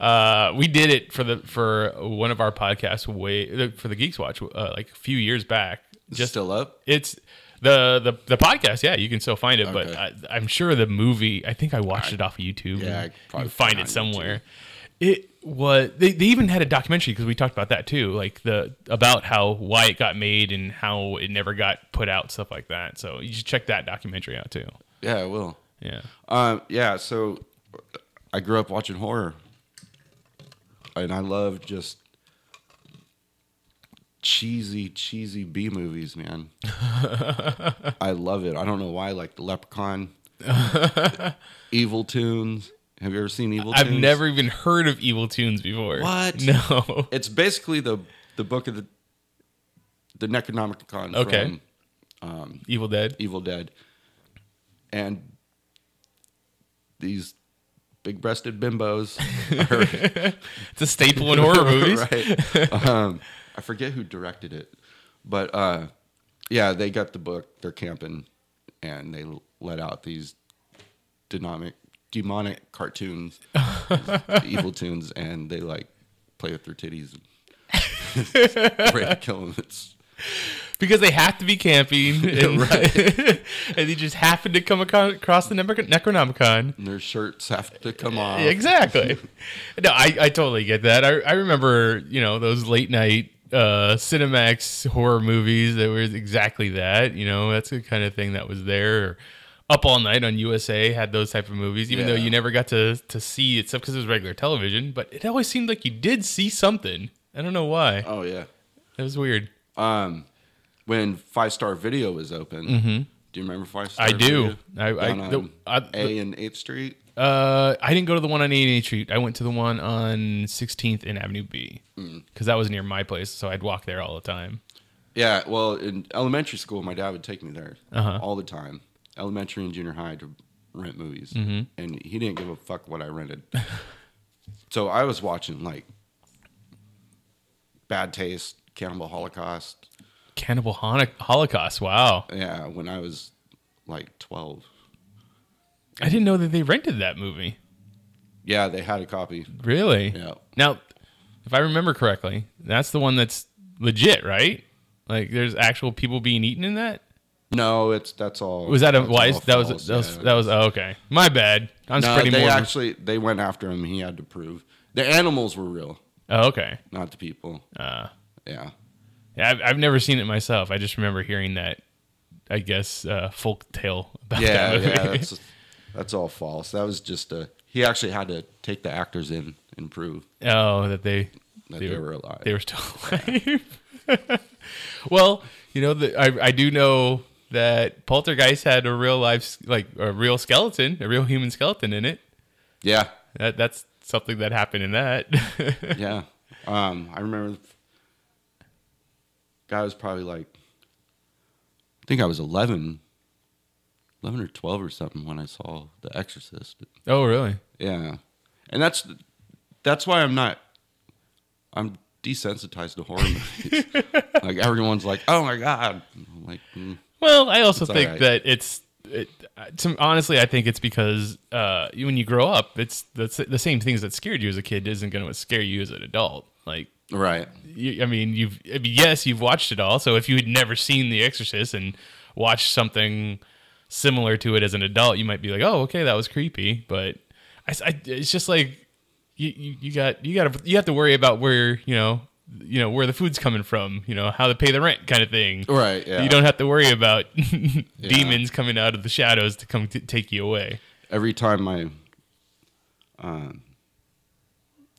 C: Uh, we did it for the for one of our podcasts way for the Geeks Watch uh, like a few years back.
E: Just still up?
C: It's the the the podcast. Yeah, you can still find it, but
E: Okay.
C: I, I'm sure the movie. I think I watched it off of YouTube.
E: Yeah, I
C: and you
E: probably
C: can find
E: found
C: it
E: it
C: somewhere. It was they, they even had a documentary because we talked about that too, like the about how why it got made and how it never got put out, stuff like that. So you should check that documentary out too.
E: Yeah, I will.
C: Yeah.
E: Um, yeah, so I grew up watching horror, and I love just cheesy, cheesy B movies, man. I love it. I don't know why, like the Leprechaun, Evil Tunes. Have you ever seen Evil?
C: I've
E: Tunes?
C: never even heard of Evil Tunes before.
E: What?
C: No.
E: It's basically the the book of the the Necronomicon
C: Okay.
E: from
C: Evil Dead.
E: Evil Dead, and these big-breasted bimbos are
C: It's a staple in horror movies.
E: right. um, I forget who directed it, but uh, yeah, they got the book. They're camping, and they l- let out these demonic, demonic cartoons, evil tunes, and they like play with their titties, and ready to kill them. It's
C: Because they have to be camping. And, and they just happen to come aco- across the Necro- Necronomicon.
E: and their shirts have to come off.
C: Exactly. Oh. no, I, I totally get that. I, I remember, you know, those late night uh Cinemax horror movies that were exactly that. You know, that's the kind of thing that was there. Or Up All Night on USA had those type of movies, even though
E: Yeah.
C: you never got to to see it stuff because it was regular television, but it always seemed like you did see something. I don't know why.
E: Oh yeah.
C: That was weird.
E: When Five Star Video was open, do you remember Five Star?
C: Mm-hmm. I do.
E: Video?
C: I I,
E: Down
C: the,
E: on
C: I,
E: A and E Eighth Street.
C: Uh, I didn't go to the one on 88th Street. I went to the one on 16th and Avenue B
E: Mm.
C: because that was near my place, so I'd walk there all the time.
E: Yeah, well, in elementary school, my dad would take me there
C: Uh-huh.
E: all the time, elementary and junior high, to rent movies,
C: Mm-hmm.
E: and he didn't give a fuck what I rented. so I was watching like Bad Taste, Cannibal Holocaust.
C: Cannibal Holo- Holocaust. Wow,
E: Yeah, when I was like twelve.
C: I didn't know that they rented that movie.
E: Yeah, they had a copy.
C: Really?
E: Yeah,
C: Now, if I remember correctly, that's the one that's legit, right? Like, there's actual people being eaten in that.
E: no, it's that's all.
C: Was that a
E: that's
C: why?
E: all
C: That was
E: false,
C: that was
E: yeah.
C: that was oh, okay. My bad. I'm
E: no,
C: spreading
E: they
C: more.
E: actually they went after him. He had to prove the animals were real,
C: oh, okay.
E: not the people.
C: Uh.
E: yeah.
C: Yeah, I've, I've never seen it myself. I just remember hearing that. I guess uh, folk tale about
E: yeah,
C: that movie.
E: yeah, that's that's all false. That was just a he actually had to take the actors in and prove
C: Oh, that they
E: that they, were alive.
C: they were still alive. well, you know, the, I I do know that Poltergeist had a real life s- like a real skeleton, a real human skeleton in it.
E: yeah,
C: That that's something that happened in that.
E: yeah. Um, I remember the f- guy was probably like, I think I was 11, 11 or twelve or something when I saw The Exorcist.
C: oh, really?
E: Yeah, and that's that's why I'm not I'm desensitized to horror movies. like everyone's like, "Oh my god!" I'm like, mm.
C: Well, I also
E: It's
C: think
E: alright.
C: that it's. It, uh, to, honestly, I think it's because uh, you- when you grow up, it's the, s- the same things that scared you as a kid isn't going to scare you as an adult. Like,
E: right?
C: you, I mean, you've I mean, yes, you've watched it all. So if you had never seen The Exorcist and watched something similar to it as an adult, you might be like, "Oh, okay, that was creepy." But I, I- it's just like you, you, you got you got to you have to worry about where you know you know where the food's coming from, you know how to pay the rent, kind of thing.
E: Right, yeah.
C: You don't have to worry about demons coming out of the shadows to come t- take you away.
E: Every time my, um,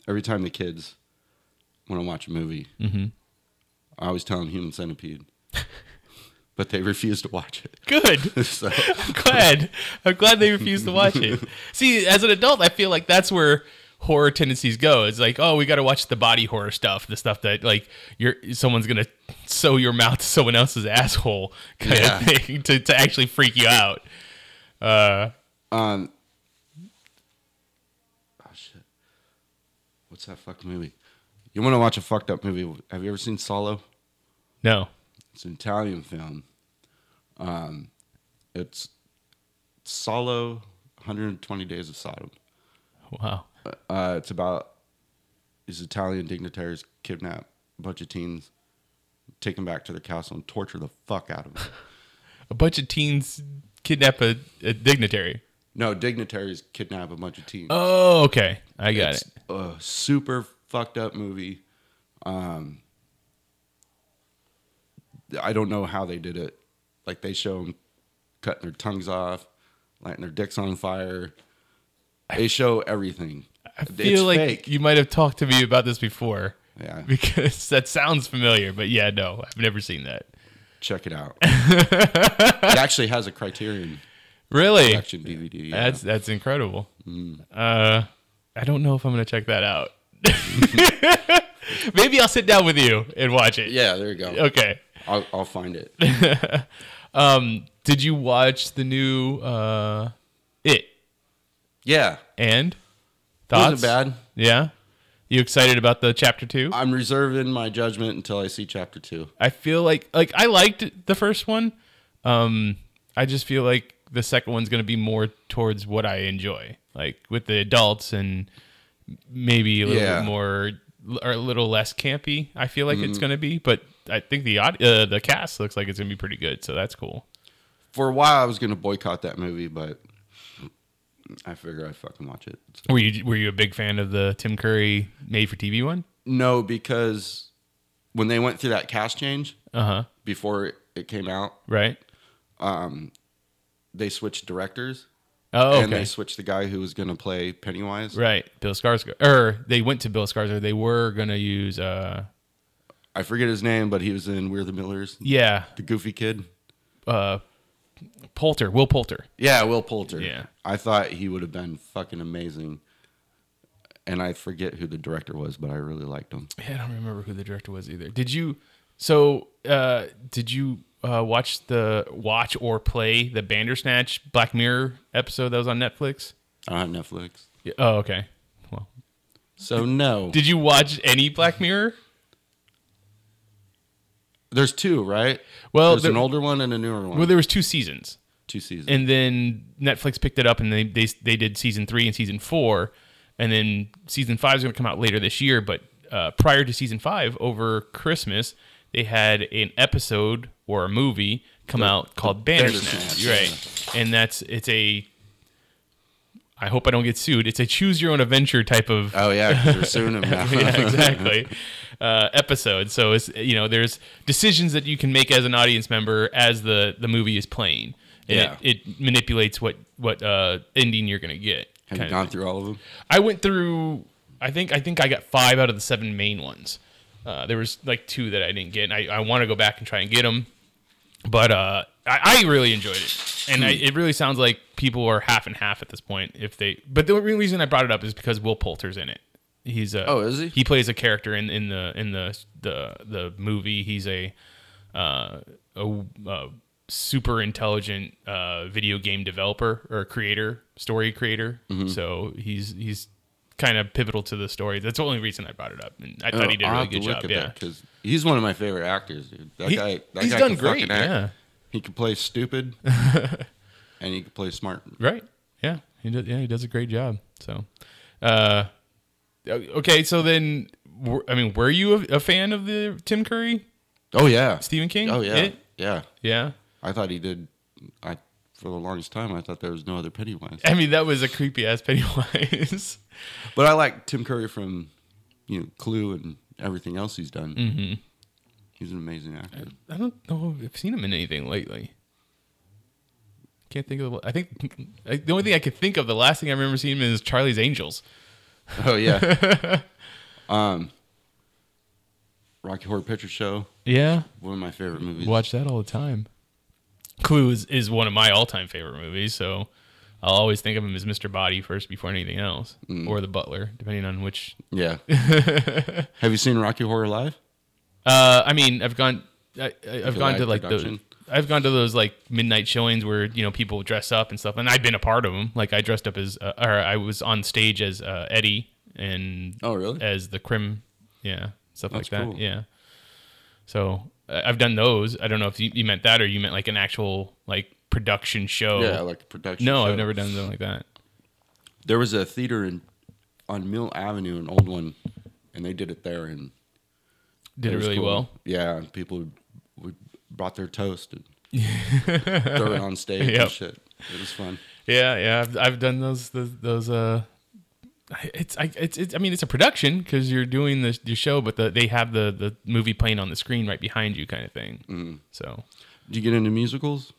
E: every time the kids want to watch a movie, I always tell them Human Centipede, but they refuse to watch it.
C: Good.
E: So
C: I'm glad. I'm glad they refused to watch it. See, as an adult, I feel like that's where horror tendencies go. It's like, oh, we got to watch the body horror stuff, the stuff that like you're someone's gonna sew your mouth to someone else's asshole kind
E: Yeah.
C: of thing to, to actually freak you out. Uh,
E: Um. Oh shit! What's that fucked movie? You want to watch a fucked up movie? Have you ever seen Solo?
C: no.
E: It's an Italian film. Um, it's Solo, 120 Days of Sodom.
C: Wow.
E: Uh, it's about these Italian dignitaries kidnap a bunch of teens, take them back to their castle, and torture the fuck out of them.
C: A bunch of teens kidnap a, a dignitary.
E: no, dignitaries kidnap a bunch of teens.
C: Oh, okay. I got
E: it's
C: it.
E: a super fucked up movie. Um, I don't know how they did it. Like they show them cutting their tongues off, lighting their dicks on fire. They show everything.
C: I feel like you might have talked to me about this before.
E: Yeah.
C: Because that sounds familiar, but yeah, no, I've never seen that.
E: Check it out. it actually has a Criterion
C: Really?
E: collection DVD. yeah. Mm.
C: That's that's incredible. Uh, I don't know if I'm gonna check that out. Maybe I'll sit down with you and watch it.
E: yeah. There you go.
C: Okay.
E: I'll, I'll find it.
C: Um, did you watch the new uh, It
E: Yeah,
C: and thoughts?
E: wasn't bad.
C: Yeah. You excited about the chapter two?
E: I'm reserving my judgment until I see chapter two.
C: I feel like like I liked the first one. Um, I just feel like the second one's going to be more towards what I enjoy, like with the adults and maybe a little
E: Yeah. Mm-hmm.
C: bit more or a little less campy. I feel like it's going to be, but I think the aud- uh, the cast looks like it's going to be pretty good, so that's cool.
E: for a while I was gonna boycott that movie, but I figure I fucking watch it. So-
C: Were you were you a big fan of the Tim Curry made for TV one?
E: No, because when they went through that cast change
C: Uh huh.
E: before it came out,
C: Right.
E: they switched directors
C: Oh,
E: and they
C: okay.
E: switched the guy who was gonna play Pennywise.
C: Right. Bill Skarsgård, or they went to Bill Skarsgård. They were going to use uh,
E: I forget his name, but he was in We're the Millers,
C: yeah,
E: the goofy kid.
C: uh, Poulter, Will Poulter.
E: Yeah, Will Poulter.
C: Yeah.
E: I thought he would have been fucking amazing. And I forget who the director was, but I really liked him.
C: Yeah, I don't remember who the director was either. Did you? So, uh, did you uh, watch the watch or play the Bandersnatch Black Mirror episode that was on Netflix?
E: I don't have Uh, Netflix.
C: Yeah. Oh, okay. Well,
E: So no.
C: did you watch any Black Mirror?
E: There's two, right?
C: Well,
E: There's
C: there-
E: an older one and a newer one.
C: Well, there was two seasons,
E: two seasons.
C: and then Netflix picked it up, and they they they did season three and season four, and then season five is going to come out later this year. But uh, prior to season five, over Christmas, they had an episode or a movie come out called Bandersnatch, right? And that's it's a I hope I don't get sued. It's a choose your own adventure type of
E: oh yeah, because they're suing him now.
C: yeah, exactly. Uh, episode. So it's you know there's decisions that you can make as an audience member as the the movie is playing. And
E: Yeah.
C: It, it manipulates what what uh, ending you're gonna get.
E: Have you
C: kinda
E: gone
C: thing.
E: through all of them?
C: I went through. I think I think I got five out of the seven main ones. Uh, there was like two that I didn't get, and I, I want to go back and try and get them. But uh, I, I really enjoyed it, and
E: Hmm.
C: I, it really sounds like people are half and half at this point. If they, but the only reason I brought it up is because Will Poulter's in it. He's a
E: Oh, is he?
C: He plays a character in, in the in the the the movie. He's a uh, a, a super intelligent
E: Mm-hmm.
C: uh, video game developer or creator, story creator. So he's he's kind of pivotal to the story. That's the only reason I brought it up, and I thought he did a
E: Oh,
C: really
E: I'll have to
C: good
E: look
C: job.
E: at
C: Yeah,
E: that 'cause he's one of my favorite actors, dude. That
C: He-
E: guy, that
C: he's
E: guy
C: done
E: can
C: great,
E: fucking act.
C: yeah.
E: he can play stupid, and he can play smart.
C: right. Yeah, he does. Yeah, he does a great job. So, uh, okay. So then, were- I mean, were you a, a fan of the Tim Curry
E: Oh yeah,
C: Stephen King?
E: Oh yeah,
C: It?
E: yeah.
C: Yeah.
E: I thought he did. I for the longest time I thought there was no other Pennywise,
C: I mean, that was a creepy ass Pennywise.
E: but I like Tim Curry from you know Clue and everything else he's done. Mm-hmm. He's an amazing actor.
C: I don't know if I've seen him in anything lately. Can't think of. the- I think I, the only thing I could think of, the last thing I remember seeing him in is Charlie's Angels.
E: Oh yeah. um, Rocky Horror Picture Show,
C: Yeah,
E: one of my favorite movies.
C: watch that all the time. Clue is, is one of my all time favorite movies, so I'll always think of him as Mr. Body first before anything else, or the Butler, depending on which.
E: Yeah. Have you seen Rocky Horror Live?
C: Uh, I mean, I've gone. I, I- I've gone
E: live
C: to like
E: production.
C: those. I've gone to those like midnight showings where you know people dress up and stuff, and I've been a part of them. Like I dressed up as, uh, or I was on stage as uh, Eddie and
E: Oh, really?
C: as the Crim, yeah, stuff
E: That's
C: like that,
E: cool.
C: yeah. So I- I've done those. I don't know if you, you meant that or you meant like an actual like production show.
E: Yeah, like the production.
C: Oh. no,
E: show.
C: I've never done something like that.
E: There was a theater in on Mill Avenue, an old one, and they did it there, and
C: Did it
E: was
C: really
E: cool.
C: well.
E: Yeah, and people would, would brought their toast and throw it on stage
C: Yep.
E: and shit. It was fun.
C: Yeah, yeah, I've, I've done those those, those uh it's I it's, it's I mean it's a production because you're doing the your show, but the, they have the the movie playing on the screen right behind you, kind of thing.
E: Mm.
C: So
E: Do you get into musicals?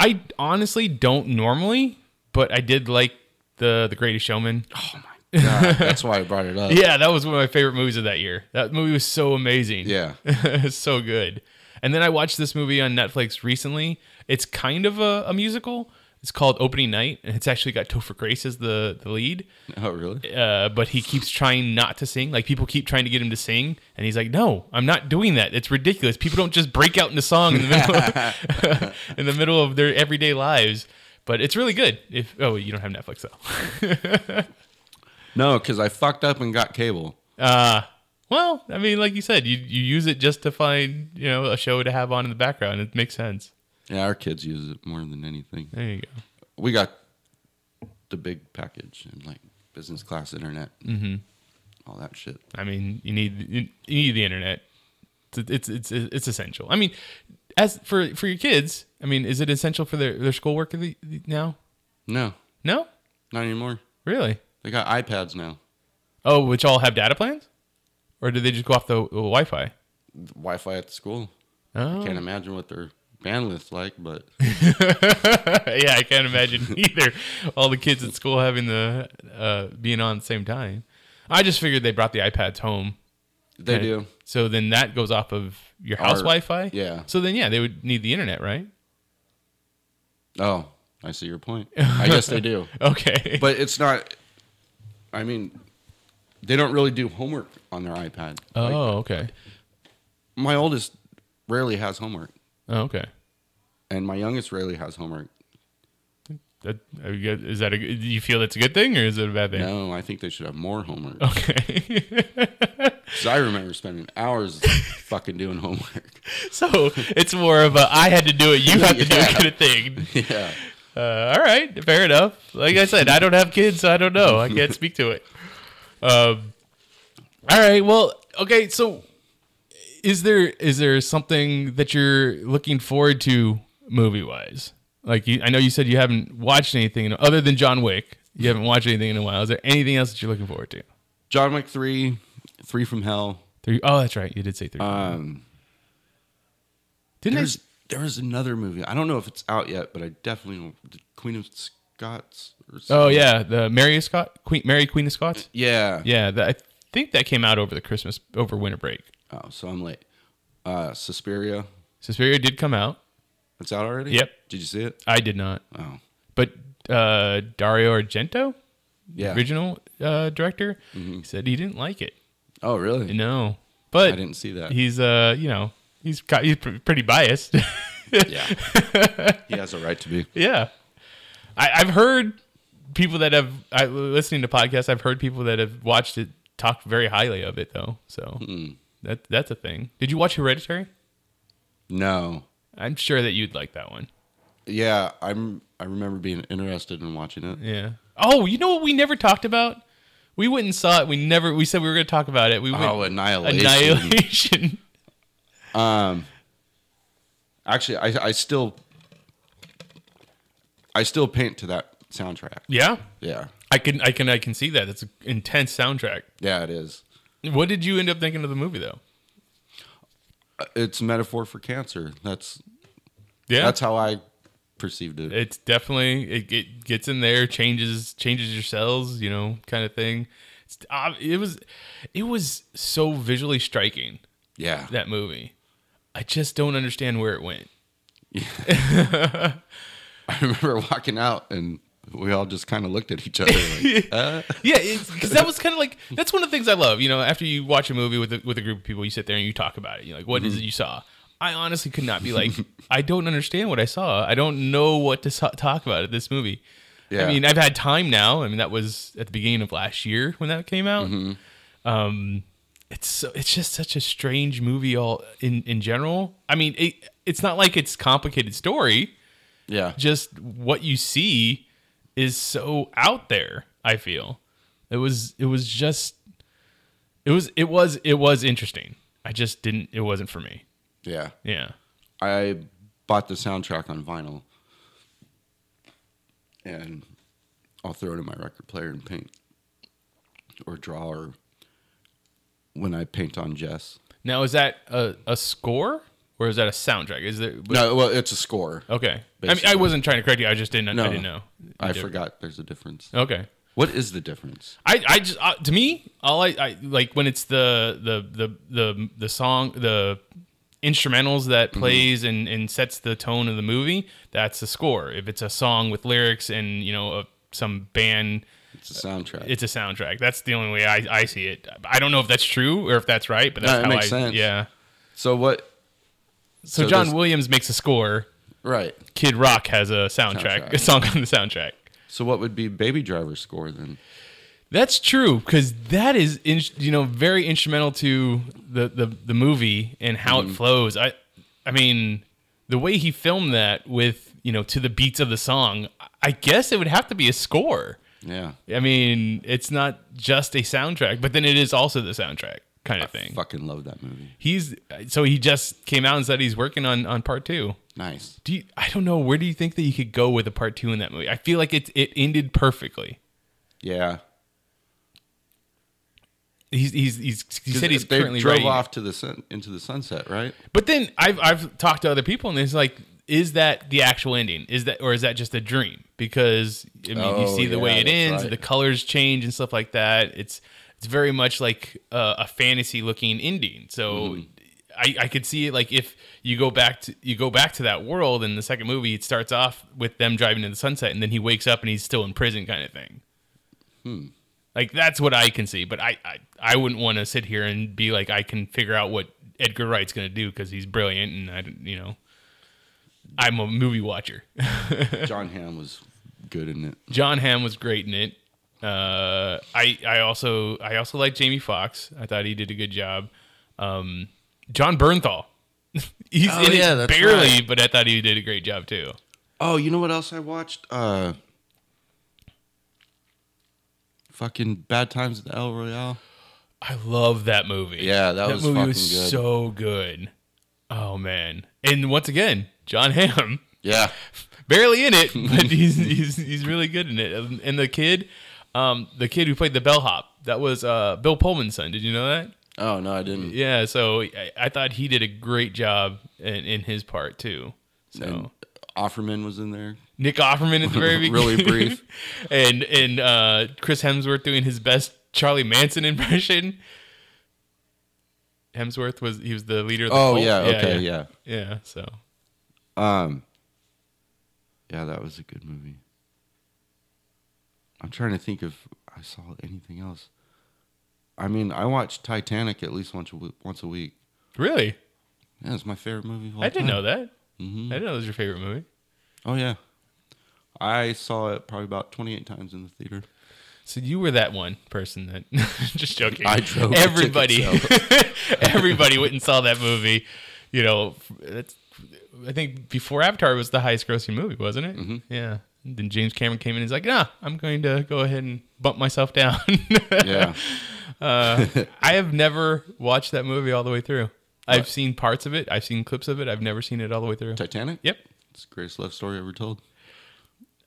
C: I honestly don't normally, but I did like the the Greatest Showman.
E: Yeah, that's why I brought it up.
C: Yeah, that was one of my favorite movies of that year. That movie was so amazing.
E: Yeah.
C: it's so good. And then I watched this movie on Netflix recently. It's kind of a, a musical. It's called Opening Night, and it's actually got Topher Grace as the, the lead.
E: Oh, really?
C: uh, but he keeps trying not to sing. Like people keep trying to get him to sing, and he's like, "No, I'm not doing that. It's ridiculous. People don't just break out into song in the middle of, in the middle of their everyday lives." But it's really good. If oh, you don't have Netflix though.
E: No, because I fucked up and got cable.
C: Uh, well, I mean, like you said, you you use it just to find you know a show to have on in the background. It makes sense.
E: Yeah, our kids use it more than anything.
C: There you go.
E: We got the big package and like business class internet, mm-hmm. all that shit.
C: I mean, you need you need the internet. It's it's it's, it's essential. I mean, as for for your kids, I mean, is it essential for their their schoolwork in the- the- now?
E: No,
C: No,
E: not anymore.
C: really.
E: They got iPads now.
C: Oh, which all have data plans, or do they just go off the, the Wi-Fi?
E: Wi-Fi at the school.
C: Oh.
E: Can't imagine what their bandwidth's like, but
C: yeah, I can't imagine either. All the kids at school having the uh, being on at the same time. I just figured they brought the iPads home.
E: they do.
C: So then that goes off of your house
E: Our-
C: Wi-Fi.
E: yeah.
C: So then yeah, they would need the internet, right?
E: Oh, I see your point. I guess they do,
C: Okay.
E: but it's not. I mean, they don't really do homework on their iPad. Like,
C: oh, okay.
E: my oldest rarely has homework,
C: Oh, okay.
E: and my youngest rarely has homework.
C: That I guess- is that a good- do you feel that's a good thing or is it a bad thing?
E: No, I think they should have more homework.
C: Oh. Okay.
E: 'Cause I remember spending hours fucking doing homework.
C: so it's more of a I had to do it, you have to do it kind of thing.
E: Yeah.
C: Uh, all right, fair enough. Like I said, I don't have kids, so I don't know. I can't speak to it. Um, all right, well, okay. So, is there is there something that you're looking forward to movie wise? Like you, I know you said you haven't watched anything other than John Wick. You haven't watched anything in a while. Is there anything else that you're looking forward to?
E: John Wick 3, 3 from Hell.
C: Three oh that's right. You did say three.
E: Um,
C: Didn't I,
E: there's there is another movie. I don't know if it's out yet, but I definitely know the Queen of Scots or something.
C: Oh yeah, the Mary of Scott Queen Mary Queen of Scots.
E: Yeah.
C: Yeah, that, I think that came out over the Christmas over winter break.
E: Oh, so I'm late. Uh Suspiria.
C: Suspiria did come out.
E: It's out already?
C: Yep.
E: Did you see it?
C: I did not.
E: Oh.
C: But uh, Dario Argento,
E: Yeah.
C: original uh, director, he said he didn't like it.
E: Oh really?
C: No, but
E: I didn't see that.
C: He's uh, you know, he's got, he's pr- pretty biased.
E: yeah. he has a right to be.
C: yeah, I, I've heard people that have I, listening to podcasts, I've heard people that have watched it talk very highly of it though. So
E: Hmm.
C: that that's a thing. Did you watch Hereditary?
E: No.
C: I'm sure that you'd like that one.
E: Yeah, I'm. I remember being interested in watching it.
C: Yeah. Oh, you know what we never talked about? We went and saw it. We never. We said we were going to talk about it. We went
E: Oh, Annihilation.
C: Annihilation.
E: Actually, I, I still, I still paint to that soundtrack.
C: yeah.
E: Yeah,
C: I can. I can. I can see that. It's an intense soundtrack.
E: yeah, it is.
C: What did you end up thinking of the movie though?
E: It's a metaphor for cancer. That's
C: Yeah.
E: that's how I perceived it.
C: it's definitely it, it gets in there changes changes your cells you know kind of thing it's, uh, it was it was so visually striking
E: Yeah,
C: that movie i just don't understand where it went
E: I remember walking out and we all just kind of looked at each other. Like,
C: yeah because that was kind of like that's one of the things i love you know after you watch a movie with a, with a group of people you sit there and you talk about it you're like what is it you saw i honestly could not be like i don't understand what i saw i don't know what to so- talk about at this movie
E: yeah,
C: I mean, I've had time now. I mean, that was at the beginning of last year when that came out. Um, it's so, it's just such a strange movie all in in general. I mean, it, it's not like it's complicated story.
E: yeah,
C: Just what you see is so out there. I feel it was it was just it was it was it was interesting. I just didn't. It wasn't for me.
E: yeah.
C: Yeah.
E: I bought the soundtrack on vinyl, and I'll throw it in my record player and paint or draw or when I paint on Jess.
C: Now is that a, a score or is that a soundtrack? Is there
E: No, well, it's a score.
C: Okay. I mean, I
E: Basically.
C: wasn't trying to correct you. I just didn't. Oh, I
E: No.
C: didn't Oh. know.
E: I
C: did.
E: forgot there's a difference.
C: Okay.
E: What is the difference?
C: I, I just uh, to me all I, I like when it's the the the the the song the instrumentals that
E: Mm-hmm.
C: plays and and sets the tone of the movie that's the score if it's a song with lyrics and you know a, some band
E: It's a soundtrack.
C: it's a soundtrack that's the only way I, I see it I don't know if that's true or if that's right but
E: No,
C: that's
E: it
C: how
E: makes
C: I
E: sense.
C: yeah
E: so what?
C: so,
E: So
C: John
E: this-
C: Williams makes a score
E: Right.
C: Kid Rock has a soundtrack, a
E: Soundtrack.
C: song on the soundtrack
E: So what would be Baby Driver's score then?
C: That's true because that is in, you know very instrumental to the the, the movie and how
E: Mm-hmm.
C: it flows. I I mean the way he filmed that with you know to the beats of the song. I guess it would have to be a score.
E: Yeah.
C: I mean it's not just a soundtrack, but then it is also the soundtrack kind
E: Uh,
C: of thing.
E: Fucking love that movie.
C: He's so he just came out and said he's working on on part two.
E: Nice.
C: Do you, I don't know where do you think that you could go with a part two in that movie? I feel like it it ended perfectly.
E: Yeah.
C: He's he's, he's he said he's
E: they
C: currently
E: drove
C: writing.
E: off to the sun, into the sunset, right?
C: But then I've I've talked to other people and it's like, is that the actual ending? Is that or is that just a dream? Because I mean, you
E: Oh,
C: see the way
E: yeah,
C: it
E: that's
C: ends,
E: right.
C: the colors change and stuff like that. It's it's very much like uh, a fantasy looking ending. So.
E: Mm-hmm.
C: I, I could see it like if you go back to you go back to that world in the second movie it starts off with them driving to the sunset and then he wakes up and he's still in prison kind of thing like that's what I can see, but I I, I wouldn't want to sit here and be like I can figure out what Edgar Wright's going to do because he's brilliant and I don't- you know I'm a movie watcher.
E: John Hamm was good in it.
C: John Hamm was great in it. Uh, I I also I also like Jamie Foxx. I thought he did a good job. Um, John Bernthal. he's
E: Oh,
C: in it
E: yeah, that's
C: barely,
E: right.
C: but I thought he did a great job too.
E: Oh, you know what else I watched? Uh Fucking Bad Times at the El Royale.
C: I love that movie.
E: Yeah, that was
C: movie
E: fucking
C: was
E: good.
C: so good. Oh man! And once again, John Hamm.
E: Yeah.
C: barely in it, but he's he's he's really good in it. And the kid, um, the kid who played the bellhop, that was uh Bill Pullman's son. Did you know that?
E: Oh no, I didn't.
C: Yeah. So I, I thought he did a great job in, in his part too. So
E: And Offerman was in there.
C: Nick Offerman at the very beginning,
E: Really brief.
C: and and uh, Chris Hemsworth doing his best Charlie Manson impression. Hemsworth was he was the leader. Of the
E: Oh
C: cult.
E: yeah, okay, yeah.
C: yeah, yeah. So
E: Um Yeah, that was a good movie. I'm trying to think if I saw anything else. I mean, I watched Titanic at least once a week, once a week.
C: really,
E: Yeah, it's my favorite movie. Of all
C: I didn't
E: time.
C: know that.
E: Mhm.
C: I didn't know it was your favorite movie.
E: Oh yeah. I saw it probably about 28 times in the theater.
C: So you were that one person that just joking.
E: I drove the
C: everybody.
E: ticket
C: everybody went and saw that movie. You know, that's, I think before Avatar was the highest grossing movie, wasn't it?
E: Mm-hmm.
C: Yeah. And then James Cameron came in and he's like, "Nah, I'm going to go ahead and bump myself down." Uh,
E: Yeah.
C: I have never watched that movie all the way through. I've seen parts of it. I've seen clips of it. I've never seen it all the way through.
E: Titanic?
C: Yep.
E: It's the greatest love story ever told.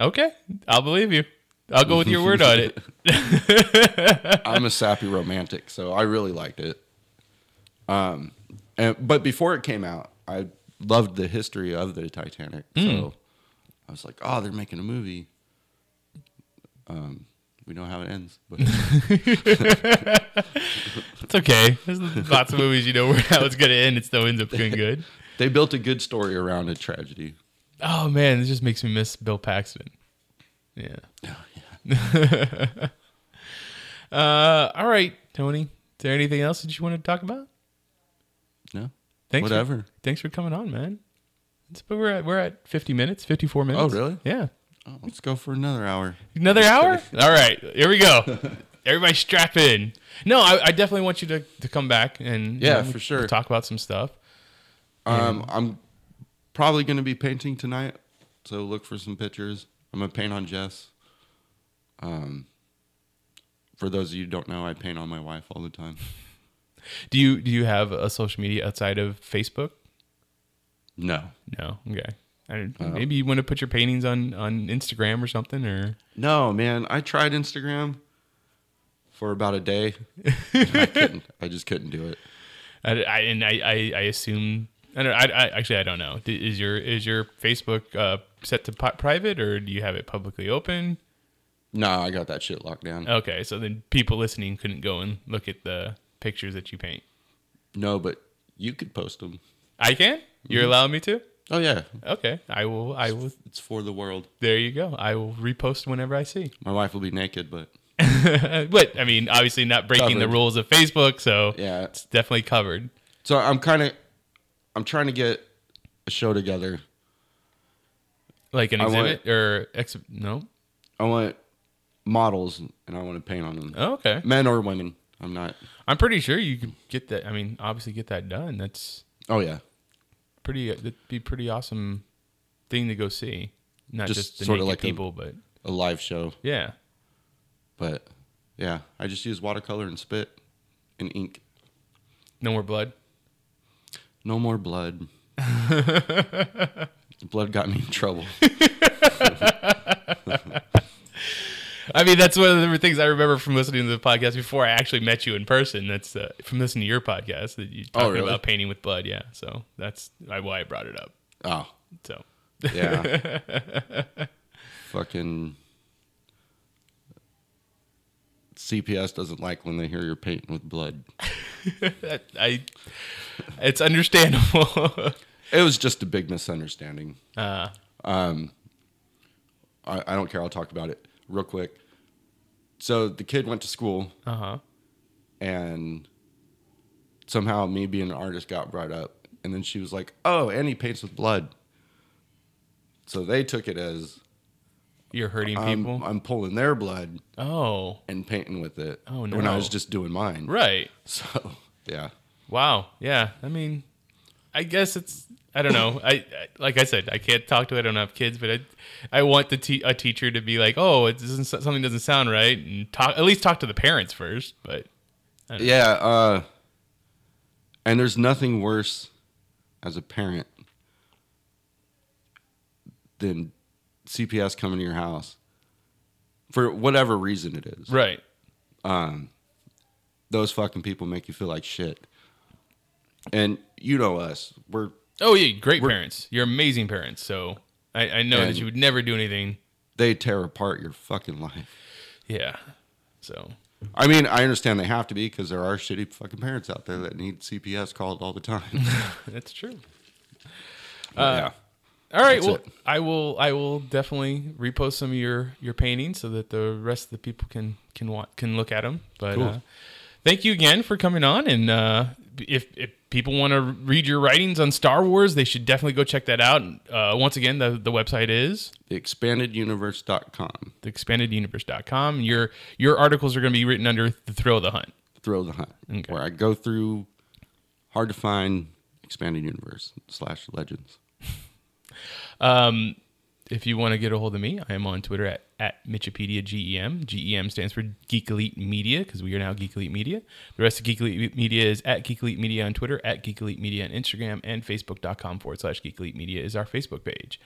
C: Okay. I'll believe you. I'll go with your word on it.
E: I'm a sappy romantic, so I really liked it. Um, and, but before it came out, I loved the history of the Titanic.
C: Hmm.
E: So I was like, oh, they're making a movie. Um, we know how it ends. But
C: It's okay. There's lots of movies you know where how it's going to end. It still ends up going good.
E: they built a good story around a tragedy.
C: Oh man, this just makes me miss Bill Paxton. Oh, Yeah. uh, all right, Tony. Is there anything else that you wanted to talk about?
E: No?
C: Thanks.
E: Whatever.
C: For, thanks for coming on, man. It's, but we're at we're at fifty minutes, fifty four minutes.
E: Oh, really?
C: Yeah.
E: Oh, let's go for another hour.
C: Another hour? All right, here we go. Everybody strap in. No, I, I definitely want you to, to come back and
E: Yeah,
C: you know,
E: for sure.
C: talk about some stuff.
E: Um, I'm probably going to be painting tonight, so look for some pictures. I'm gonna paint on Jess. Um, for those of you who don't know, I paint on my wife all the time.
C: Do you do you have a social media outside of Facebook?
E: No,
C: No. Okay. I,
E: Oh.
C: maybe you want to put your paintings on on Instagram or something, or
E: no, man. I tried Instagram for about a day. I couldn't. I just couldn't do it.
C: I, I and I I, I assume. I, don't, I, I actually I don't know. D- Is your is your Facebook uh, set to pi- private or do you have it publicly open?
E: No, I got that shit locked down.
C: Okay, so then people listening couldn't go and look at the pictures that you paint.
E: No, but you could post them.
C: I can. You're allowing me to.
E: Oh yeah,
C: Okay, I will. I will.
E: it's for the world.
C: There you go. I will repost whenever I see.
E: My wife will be naked, but
C: but I mean, obviously not breaking the
E: Covered.
C: rules of Facebook, so
E: Yeah.
C: it's definitely covered.
E: so I'm kind of, I'm trying to get a show together
C: Like an
E: I want-
C: exhibit or ex? No.
E: I want models and I want to paint on them.
C: Oh, okay.
E: Men or women. I'm not.
C: I'm pretty sure you could get that. I mean, obviously get that done. That's
E: Oh, yeah.
C: pretty. That'd be a pretty awesome thing to go see. Not
E: Just
C: just, the
E: sorta
C: naked
E: like a-
C: people, but
E: A live show.
C: yeah.
E: But yeah, I just use watercolor and spit and ink.
C: No more blood.
E: No more blood. blood got me in trouble.
C: I mean, that's one of the things I remember from listening to the podcast before I actually met you in person. That's uh, from listening to your podcast that you talking
E: Oh, really?
C: about painting with blood. Yeah, so that's why I brought it up.
E: Oh,
C: So
E: yeah. Fucking. CPS doesn't like when they hear you're painting with blood.
C: that, I, it's understandable.
E: It was just a big misunderstanding.
C: uh,
E: I, I don't care. I'll talk about it real quick. So the kid went to school,
C: uh huh.
E: and somehow me being an artist got brought up. And then she was like, "Oh, and he paints with blood." So they took it as
C: You're hurting
E: I'm,
C: people.
E: I'm pulling their blood
C: oh,
E: and painting with it.
C: Oh,
E: When I was
C: no.
E: just doing mine.
C: right.
E: So yeah,
C: Wow. Yeah. I mean, I guess it's. I don't know. I, I like I said, I can't talk to. it. I don't have kids, but I, I want the te- a teacher to be like, oh, it doesn't something doesn't sound right, and talk at least talk to the parents first. But
E: yeah. Uh, and there's nothing worse as a parent than CPS coming to your house for whatever reason it is.
C: right.
E: those fucking people make you feel like shit. And you know us. We're
C: Oh yeah, great parents. You're amazing parents. So I, I know that
E: And-
C: you would never do anything.
E: they tear apart your fucking life.
C: Yeah. So
E: I mean, I understand they have to be because there are shitty fucking parents out there that need CPS called all the time.
C: that's true.
E: yeah.
C: All right.
E: That's
C: well,
E: it.
C: I will. I will definitely repost some of your your paintings so that the rest of the people can can want can look at them. But uh, thank you again for coming on, and uh, if, if people want to read your writings on Star Wars, they should definitely go check that out. Uh, once again, the, the website is
E: theexpandeduniverse.com.
C: theexpandeduniverse.com. Your your articles are going to be written under the thrill of the hunt.
E: Thrill of the Hunt,
C: Okay.
E: where I go through hard to find expanded universe slash legends.
C: Um, if you want to get a hold of me, I am on Twitter at, at Michipedia E GEM. GEM stands for Geek Elite Media because we are now Geek Elite Media. The rest of Geek Elite Media is at Geek Elite Media on Twitter, at Geek Elite Media on Instagram, and Facebook.com forward slash Geek Elite Media is our Facebook page.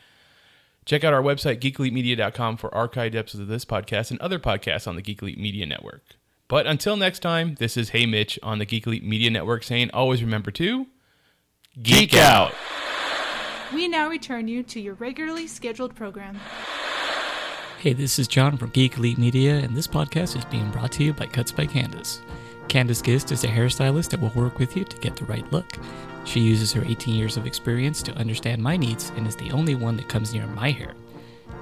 C: Check out our website, geekelitemedia.com, for archived episodes of this podcast and other podcasts on the Geek Elite Media Network. But until next time, this is Hey Mitch on the Geek Elite Media Network saying always remember to geek out.
A: We now return you to your regularly scheduled program.
B: Hey, this is John from Geek Elite Media, and this podcast is being brought to you by Cuts by Candace. Candace Gist is a hairstylist that will work with you to get the right look. She uses her 18 years of experience to understand my needs and is the only one that comes near my hair.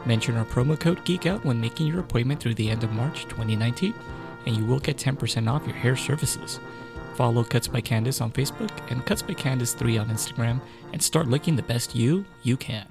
B: Mention our promo code GEEKOUT when making your appointment through the end of March 2019, and you will get 10% off your hair services. Follow Cuts by Candace on Facebook and Cuts by Candace 3 on Instagram, and start looking the best you you can.